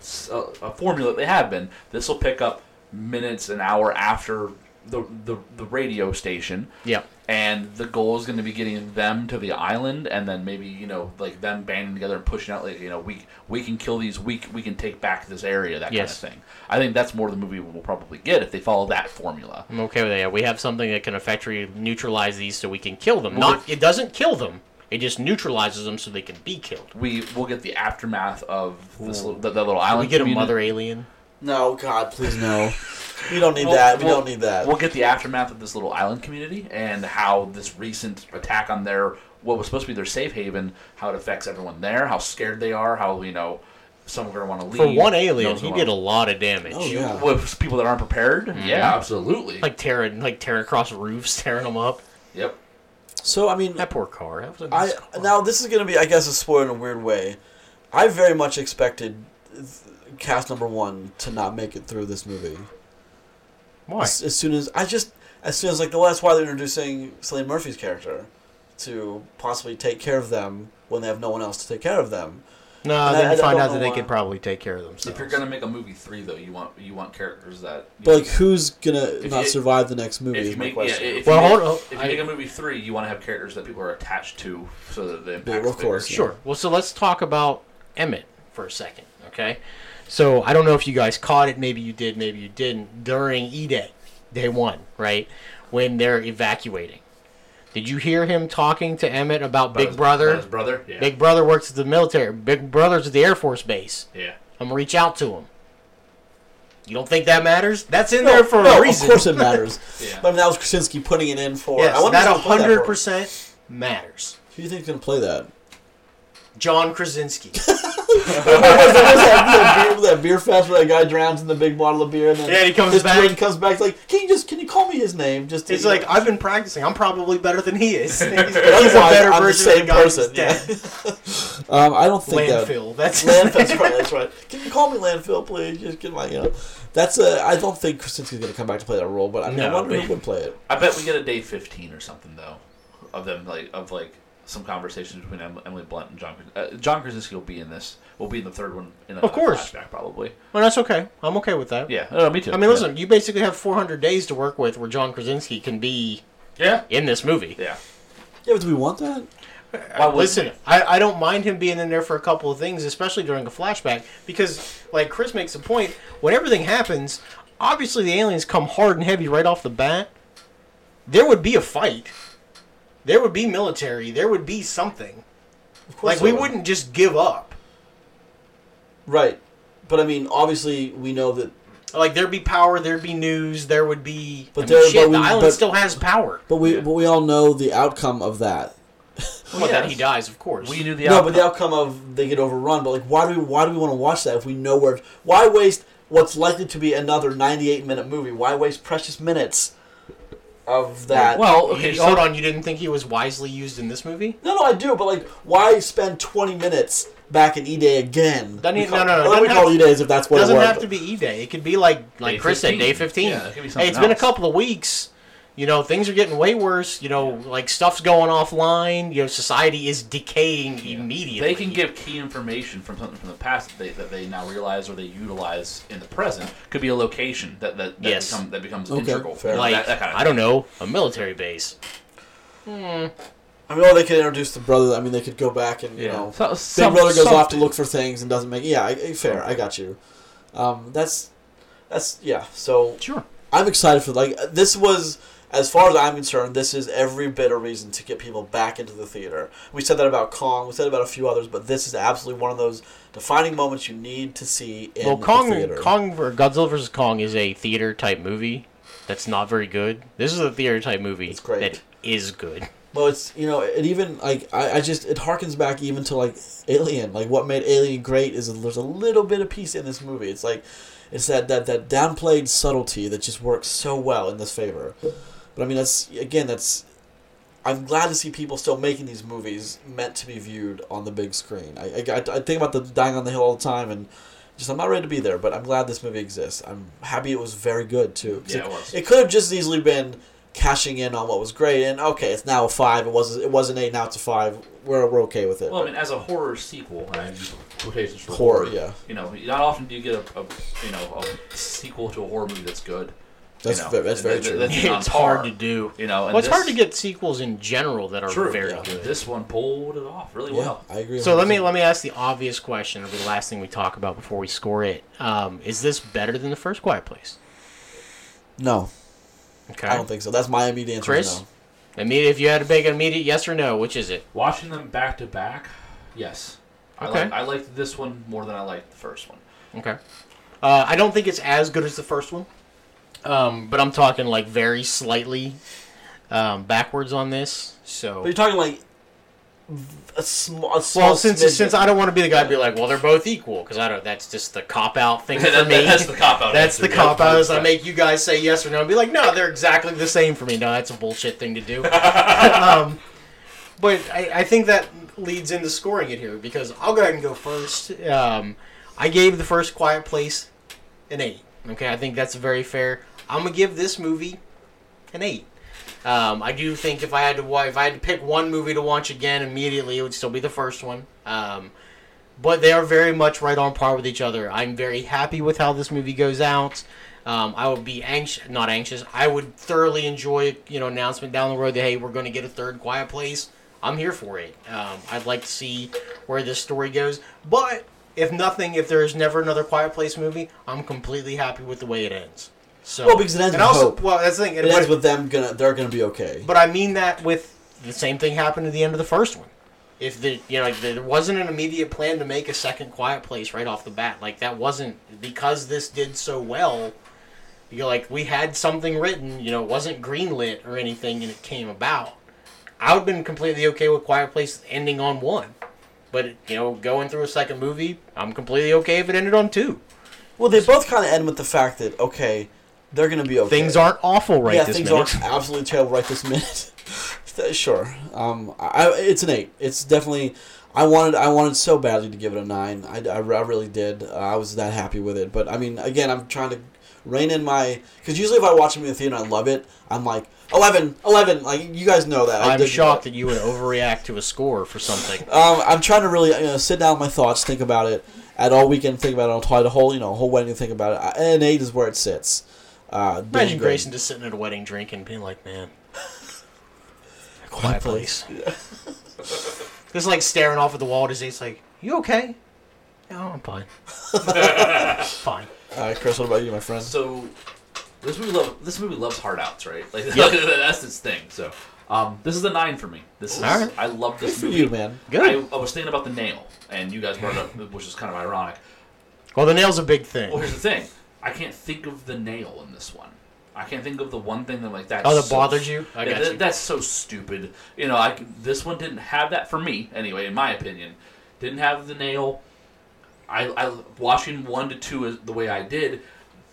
S3: s- uh, uh, formula that they have been, this will pick up minutes an hour after the the, the radio station.
S5: yeah.
S3: and the goal is going to be getting them to the island and then maybe you know like them banding together and pushing out like you know we we can kill these we we can take back this area that
S5: Yes.
S3: kind of thing i think that's more the movie we'll probably get if they follow that formula
S5: I'm okay with that. Yeah, we have something that can effectively neutralize these, so we can kill them. Not it doesn't kill them. It just neutralizes them, so they can be killed.
S3: we will get the aftermath of this little, that, that little island
S5: We get a
S3: community.
S5: mother alien.
S1: No, God, please no. We don't need
S3: We'll-
S1: that. We
S3: we'll-
S1: don't need that.
S3: we'll get the aftermath of this little island community and how this recent attack on their what was supposed to be their safe haven how it affects everyone there how scared they are how you know some are going to want to leave
S5: For one
S3: No
S5: alien,
S3: one's
S5: he
S3: gonna
S5: did a
S3: wanna-
S5: lot of damage.
S1: oh yeah.
S3: with people that aren't prepared yeah absolutely
S5: Like tearing, like tearing across roofs, tearing them up.
S3: Yep.
S1: So I mean,
S5: That poor car. That was a
S1: I
S5: nice car.
S1: now this is going to be, I guess, a spoiler in a weird way. I very much expected th- cast number one to not make it through this movie.
S5: Why?
S1: As, as soon as I just, as soon as like, well, that's why they're introducing Cillian Murphy's character to possibly take care of them when they have no one else to take care of them.
S5: No,
S1: I- I
S5: then you find
S1: don't
S5: out
S1: know
S5: that they
S1: why.
S5: could probably take care of
S3: If
S5: themselves.
S3: you're gonna make a movie three, though, you want you want characters that.
S1: But like, who's gonna not
S3: you-
S1: survive the next movie?
S3: if
S1: Is
S3: you
S1: my
S3: make, yeah,
S1: question.
S3: if
S5: Well,
S3: you make,
S5: hold on,
S3: If you
S5: I-
S3: make a movie three, you want to have characters that people are attached to, so that the
S1: Yeah,
S3: impact.
S1: of course.
S5: Sure. Well, so let's talk about Emmett for a second, okay? So I don't know if you guys caught it. Maybe you did. Maybe you didn't. During E Day, day one, right when they're evacuating, did you hear him talking to Emmett about Big Brother?
S3: his brother. Yeah.
S5: Big Brother works at the military. Big Brother's at the Air Force base.
S3: yeah.
S5: I'm gonna reach out to him. You don't think that matters? That's in there for a
S1: no, of
S5: reason.
S1: course it matters.
S3: Yeah.
S1: But I mean, that was Krasinski putting it in for.
S5: Yes,
S1: I wonder
S5: that
S1: who's gonna play that
S5: hundred
S1: part.
S5: percent matters.
S1: Who do you think's gonna play that?
S5: John Krasinski.
S1: was that, was that, beer, that beer fest where that guy drowns in the big bottle of beer and then
S5: Yeah, he comes
S1: his
S5: back.
S1: twin comes back like, can you just can you call me his name? Just to,
S5: It's like I've been practicing. I'm probably better than he is. He's, he's a
S1: Otherwise,
S5: better
S1: I'm the
S5: version
S1: same
S5: of the guy who's
S1: person.
S5: dead.
S1: yeah. um, I don't think that
S5: Landfill. That's
S1: landfill's right. That's right. Can you call me landfill, please? Just get my you know. That's a. I don't think Krasinski's gonna come back to play that role, but I mean, I
S5: No,
S1: wonder
S3: but-
S1: who would play it.
S3: I bet we get a day fifteen or something though, of them like of like some conversations between Em- Emily Blunt and John. Uh, John Krasinski will be in this. Will be in the third one. In another
S5: course.
S3: Flashback probably.
S5: well, that's okay. I'm okay with that.
S3: Yeah. No, me too.
S5: I mean, listen. You basically have 400 days to work with where John Krasinski can be
S3: Yeah.
S5: in this movie.
S3: Yeah.
S1: Yeah, but do we want that?
S3: Why wouldn't
S5: Listen,
S3: we?
S5: I, I don't mind him being in there for a couple of things, especially during a flashback, because like Chris makes a point. When everything happens, obviously the aliens come hard and heavy right off the bat. There would be a fight. There would be military. There would be something.
S1: Of course
S5: Like we
S1: I would.
S5: wouldn't just give up.
S1: Right, but I mean, obviously we know that
S8: Like there'd be power, there'd be news, there would be. I
S1: But
S8: mean,
S1: there-
S8: shit,
S1: but we-
S8: the island
S1: but-
S8: still has power.
S1: But we but we all know the outcome of that.
S8: Well, that he dies, of course.
S9: We knew the
S1: no,
S9: outcome.
S1: but the outcome of they get overrun. But like, why do we why do we want to watch that if we know where? Why waste what's likely to be another ninety-eight minute movie? Why waste precious minutes of that?
S8: well,
S5: okay,
S8: you-
S5: so-
S8: hold on. You didn't think he was wisely used in this movie?
S1: no, no, I do. But like, why spend twenty minutes back in E Day again?
S8: Doesn't
S1: We
S8: it-
S1: call-
S8: no, no, no,
S1: well,
S8: doesn't
S1: we call
S8: have-
S1: E Days if that's what
S8: doesn't
S1: it was.
S8: have to be E Day. It could be like like
S9: Day
S8: Chris said,
S9: 15.
S8: day fifteen.
S9: Yeah, it could be
S8: hey,
S9: something
S8: it's been a
S9: else.
S8: couple of weeks. You know, things are getting way worse. You know, like stuff's going offline. You know, society is decaying immediately.
S9: They can give key information from something from the past that they, that they now realize or they utilize in the present. Could be a location that that, that,
S8: Yes.
S9: become, that becomes
S1: Okay,
S9: integral.
S1: fair.
S9: Like,
S8: like
S9: that, that kind of
S8: I don't know a military base.
S1: I mean, or they could introduce the brother. I mean, they could go back and you know,
S9: So,
S1: big brother goes off to look for things and doesn't make. Yeah, I, I- fair. I got you. Um, that's that's yeah. So
S5: Sure.
S1: I'm excited for like this was as far as I'm concerned, this is every bit a reason to get people back into the theater. We said that about Kong. We said about a few others, but this is absolutely one of those defining moments you need to see in
S5: Well,
S1: the
S5: Kong,
S1: theater.
S5: Kong, ver- Godzilla vs Kong is a theater type movie that's not very good. This is a theater type movie
S1: It's great.
S5: that is good.
S1: Well, it's you know, it even like I, I just it harkens back even to like Alien. Like what made Alien great is there's a little bit of piece in this movie. It's like it's that that that downplayed subtlety that just works so well in this favor. But I mean, that's again, that's I'm glad to see people still making these movies meant to be viewed on the big screen. I I, I think about the Dying on the Hill all the time and. Just, I'm not ready to be there, but I'm glad this movie exists. I'm happy it was very good too. 'Cause
S9: Yeah,
S1: it-
S9: it was.
S1: it could have just as easily been cashing in on what was great, and okay, it's now a five. It was it was an eight, now it's a five. We're we're okay with it.
S9: Well, I mean, as a horror sequel, and I'm quotations for
S1: Horror, yeah.
S9: You know, not often do you get a, a you know a sequel to a horror movie that's good.
S1: That's
S9: you know,
S1: ve- that's very
S9: that- that-
S1: true.
S9: that's on
S5: it's hard
S9: par,
S5: to do.
S9: You know, and
S5: well, it's
S9: this-
S5: hard to get sequels in general that are
S9: True,
S5: very
S1: yeah.
S5: good.
S9: This one pulled it off really
S1: yeah,
S9: well.
S1: I agree.
S5: So let me
S1: 100%.
S5: let me ask the obvious question, or the last thing we talk about before we score it. Um, is this better than the first Quiet Place?
S1: No,
S5: Okay.
S1: I don't think so. That's my immediate answer.
S5: Chris?
S1: No.
S5: Immediate, if you had to make an immediate yes or no, which is it?
S9: Watching them back to back, yes.
S5: Okay.
S9: I, like, I liked this one more than I liked the first one.
S5: Okay. Uh, I don't think it's as good as the first one, um, but I'm talking like very slightly um, backwards on this.
S1: But
S5: So,
S1: you're talking like a small. A small
S5: well, since
S1: smidgen.
S5: since I don't want to be the guy to be like, well, they're both equal because I don't. That's just the cop out thing for
S9: That-
S5: me.
S9: that's the cop out.
S5: That's the cop out. Is I make you guys say yes or no, and be like, no, they're exactly the same for me. No, that's a bullshit thing to do. um, but I, I think that leads into scoring it here because I'll go ahead and go first. Um, I gave the first Quiet Place an eight. Okay, I think that's very fair. I'm gonna give this movie an eight. Um, I do think if I had to wa- if I had to pick one movie to watch again immediately, it would still be the first one. Um, but they are very much right on par with each other. I'm very happy with how this movie goes out. Um, I would be anxious, not anxious. I would thoroughly enjoy, you know, announcement down the road that hey, we're going to get a third Quiet Place. I'm here for it. Um, I'd like to see where this story goes. But if nothing, if there is never another Quiet Place movie, I'm completely happy with the way it ends. So
S1: Well, because it ends
S5: and
S1: with
S5: also,
S1: hope.
S5: well, that's the thing.
S1: it ends with them gonna they're gonna be okay.
S5: But I mean that with the same thing happened at the end of the first one. If the you know like, there wasn't an immediate plan to make a second Quiet Place right off the bat, like that wasn't because this did so well. You're like we had something written, you know, it wasn't greenlit or anything, and it came about. I would have been completely okay with Quiet Place ending on one, but you know, going through a second movie, I'm completely okay if it ended on two.
S1: well, they both kind of end with the fact that okay, they're gonna be okay.
S5: Things aren't awful right
S1: yeah,
S5: this
S1: things
S5: minute.
S1: aren't absolutely terrible right this minute. sure, um, I, it's an eight. It's definitely. I wanted, I wanted so badly to give it a nine. I, I, re- I really did. Uh, I was that happy with it. But I mean, again, I'm trying to rein in my because usually if I watch a movie in the theater, and I love it. I'm like 11, 11. Like you guys know that. I
S5: I'm
S1: dig it.
S5: shocked that you would overreact to a score for something.
S1: Um, I'm trying to really you know, sit down with my thoughts, think about it, at all weekend, think about it. I'll try the whole you know whole wedding, think about it. I, an eight is where it sits. Uh, being
S5: Imagine
S1: great.
S5: Grayson just sitting at a wedding drinking, being like, "Man,
S1: quiet
S5: quiet place." just like staring off at the wall. Just he's like, "You okay?" No, I'm fine. fine.
S1: Uh, Chris, what about you, my friend?
S9: So this movie love this movie loves hard outs, right? Like
S5: Yeah.
S9: that's its thing. So um, this is a nine for me. This is
S5: Alright.
S9: I love
S1: Good
S9: this
S1: for
S9: movie.
S1: you, man.
S5: Good.
S9: I, I was thinking about the nail, and you guys brought it up, which is kind of ironic.
S5: Well, the nail's a big
S9: Well,
S5: thing.
S9: here's the thing.
S3: I can't think of the nail in this one. I can't think of the one thing that like that.
S5: Oh, that bothered you? I got you.
S3: That's so stupid. You know, I c- this one didn't have that for me anyway. In my opinion, didn't have the nail. I, I watching one to two is the way I did.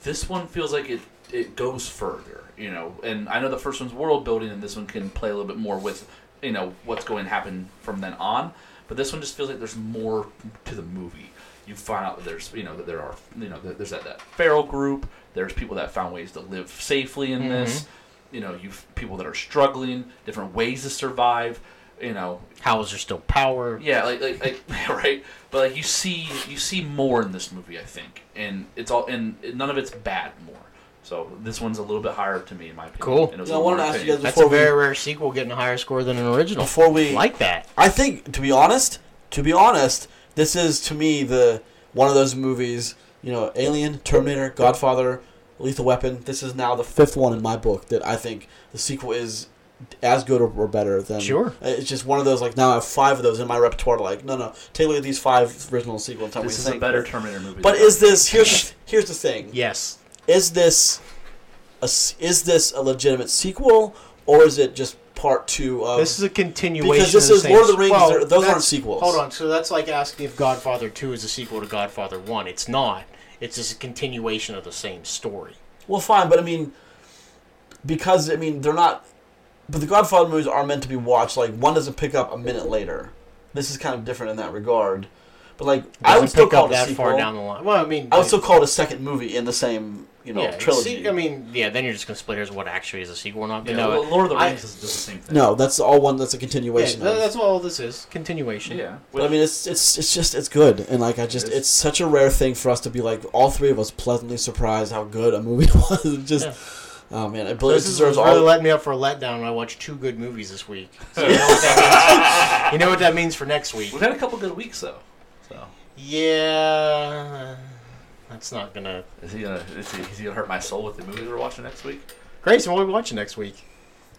S3: This one feels like it it goes further. You know, and I know the first one's world building, and this one can play a little bit more with you know what's going to happen from then on. But this one just feels like there's more to the movie you find out that there's you know that there are you know that there's that, that feral group there's people that found ways to live safely in this you know you people that are struggling different ways to survive you know
S2: How is there still power?
S3: yeah like, like, like right but like you see you see more in this movie i think and it's all and none of it's bad more so this one's a little bit higher to me in my opinion
S2: Cool.
S3: And it was
S1: Yeah,
S3: a
S1: I wanted to
S3: lower
S1: ask you
S3: opinion.
S1: guys
S2: That's
S1: before
S2: a very
S1: we,
S2: rare sequel getting a higher score than an original.
S1: before we
S2: like that.
S1: I think to be honest, to be honest, this is to me the one of those movies. You know, Alien, Terminator, Godfather, Lethal Weapon. This is now the fifth one in my book that I think the sequel is as good or, or better than.
S2: Sure.
S1: Uh, It's just one of those like now I have five of those in my repertoire. Like no, no, take a look at these five original sequels. Tell me
S3: this
S1: what
S3: is
S1: you
S3: a
S1: think.
S3: better terminator movie
S1: But
S3: than-
S1: is this here's the, here's the thing?
S2: Yes.
S1: Is this a s is this a legitimate sequel or is it just part two of?
S2: This is a continuation.
S1: Oh. because this
S2: of the
S1: is
S2: same
S1: Lord of the Rings.
S2: Well,
S1: they're- those aren't
S2: that's-
S1: sequels.
S5: Hold on, so that's like asking if Godfather 2 is a sequel to Godfather 1. It's not. It's just a continuation of the same story.
S1: Well, fine, but I mean, because I mean they're not. But the Godfather movies are meant to be watched. Like one doesn't pick up a minute later. This is kind of different in that regard. But like, I would
S2: Doesn't
S1: still
S2: pick
S1: call
S2: up
S1: it a
S2: that
S1: sequel.
S2: far down the line. Well, I mean,
S1: I would still call it a second movie in the same you know
S5: yeah,
S1: trilogy.
S5: see, I mean, yeah, then you're just going to split hairs what actually is a sequel or not. But
S3: yeah,
S5: no,
S3: lord of the
S5: I-
S3: rings is, does the same thing
S1: no, that's all one. That's a
S5: yeah,
S1: continuation.
S5: tha-
S1: of.
S5: that's all this is. Continuation.
S3: yeah
S1: But I mean, it's it's it's just it's good, and like I just it's such a rare thing for us to be like all three of us pleasantly surprised how good a movie was. It just
S5: Yeah.
S1: oh man, it,
S5: This
S1: it
S5: is
S1: deserves
S5: really
S1: all. the-
S5: let me up for a letdown. when I watched two good movies this week. So you, know what that means. you know what that means for next week.
S3: we've had a couple good weeks though so
S5: Yeah, that's not gonna.
S3: Is he gonna is he, is he gonna hurt my soul with the movie we're watching next week?
S2: Grayson, what are we watching next week?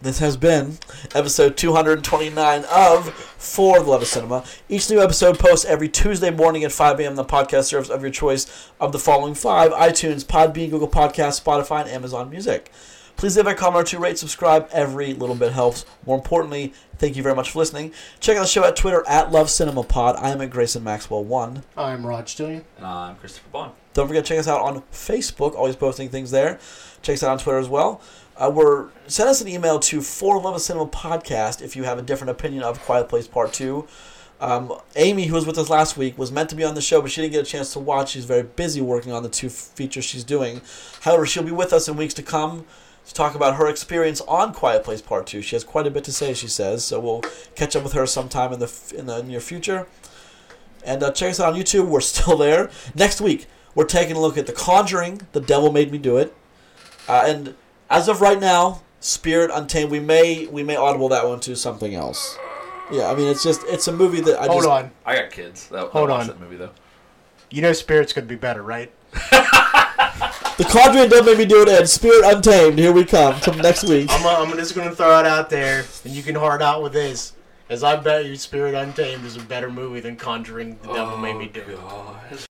S1: This has been episode 229 of For the Love of Cinema. Each new episode posts every Tuesday morning at 5 a.m. on the podcast service of your choice of the following five iTunes, Podbean, Google Podcasts, Spotify, and Amazon Music. Please leave a comment or two, rate, subscribe. Every little bit helps. More importantly, thank you very much for listening. Check out the show at Twitter at Love Cinema Pod. I am at Grayson Maxwell1.
S5: I'm Rod Stillian.
S3: And I'm Christopher Bond.
S1: Don't forget to check us out on Facebook. Always posting things there. Check us out on Twitter as well. Uh, we're send us an email to for love of cinema podcast if you have a different opinion of Quiet Place Part Two. Um, Amy, who was with us last week, was meant to be on the show, but she didn't get a chance to watch. She's very busy working on the two features she's doing. However, she'll be with us in weeks to come to talk about her experience on Quiet Place Part Two. She has quite a bit to say, she says. So we'll catch up with her sometime in the f- in the near future. And uh, check us out on YouTube. We're still there. Next week, we're taking a look at The Conjuring, The Devil Made Me Do It, uh, and as of right now, Spirit Untamed. We may we may audible that one to something else. Yeah, I mean it's just it's a movie that I
S2: Hold
S1: just
S2: on.
S3: I got kids. That,
S2: Hold
S3: Hold watch
S2: on.
S3: That movie though.
S2: You know Spirit's going to be better, right?
S1: The Conjuring, Devil Made Me Do It, and Spirit Untamed. Here we come till next week.
S5: I'm, I'm just gonna throw it out there, and you can hard out with this.
S1: Oh,
S5: As I bet you, Spirit Untamed is a better movie than Conjuring. The Devil Made Me Do It.
S3: God.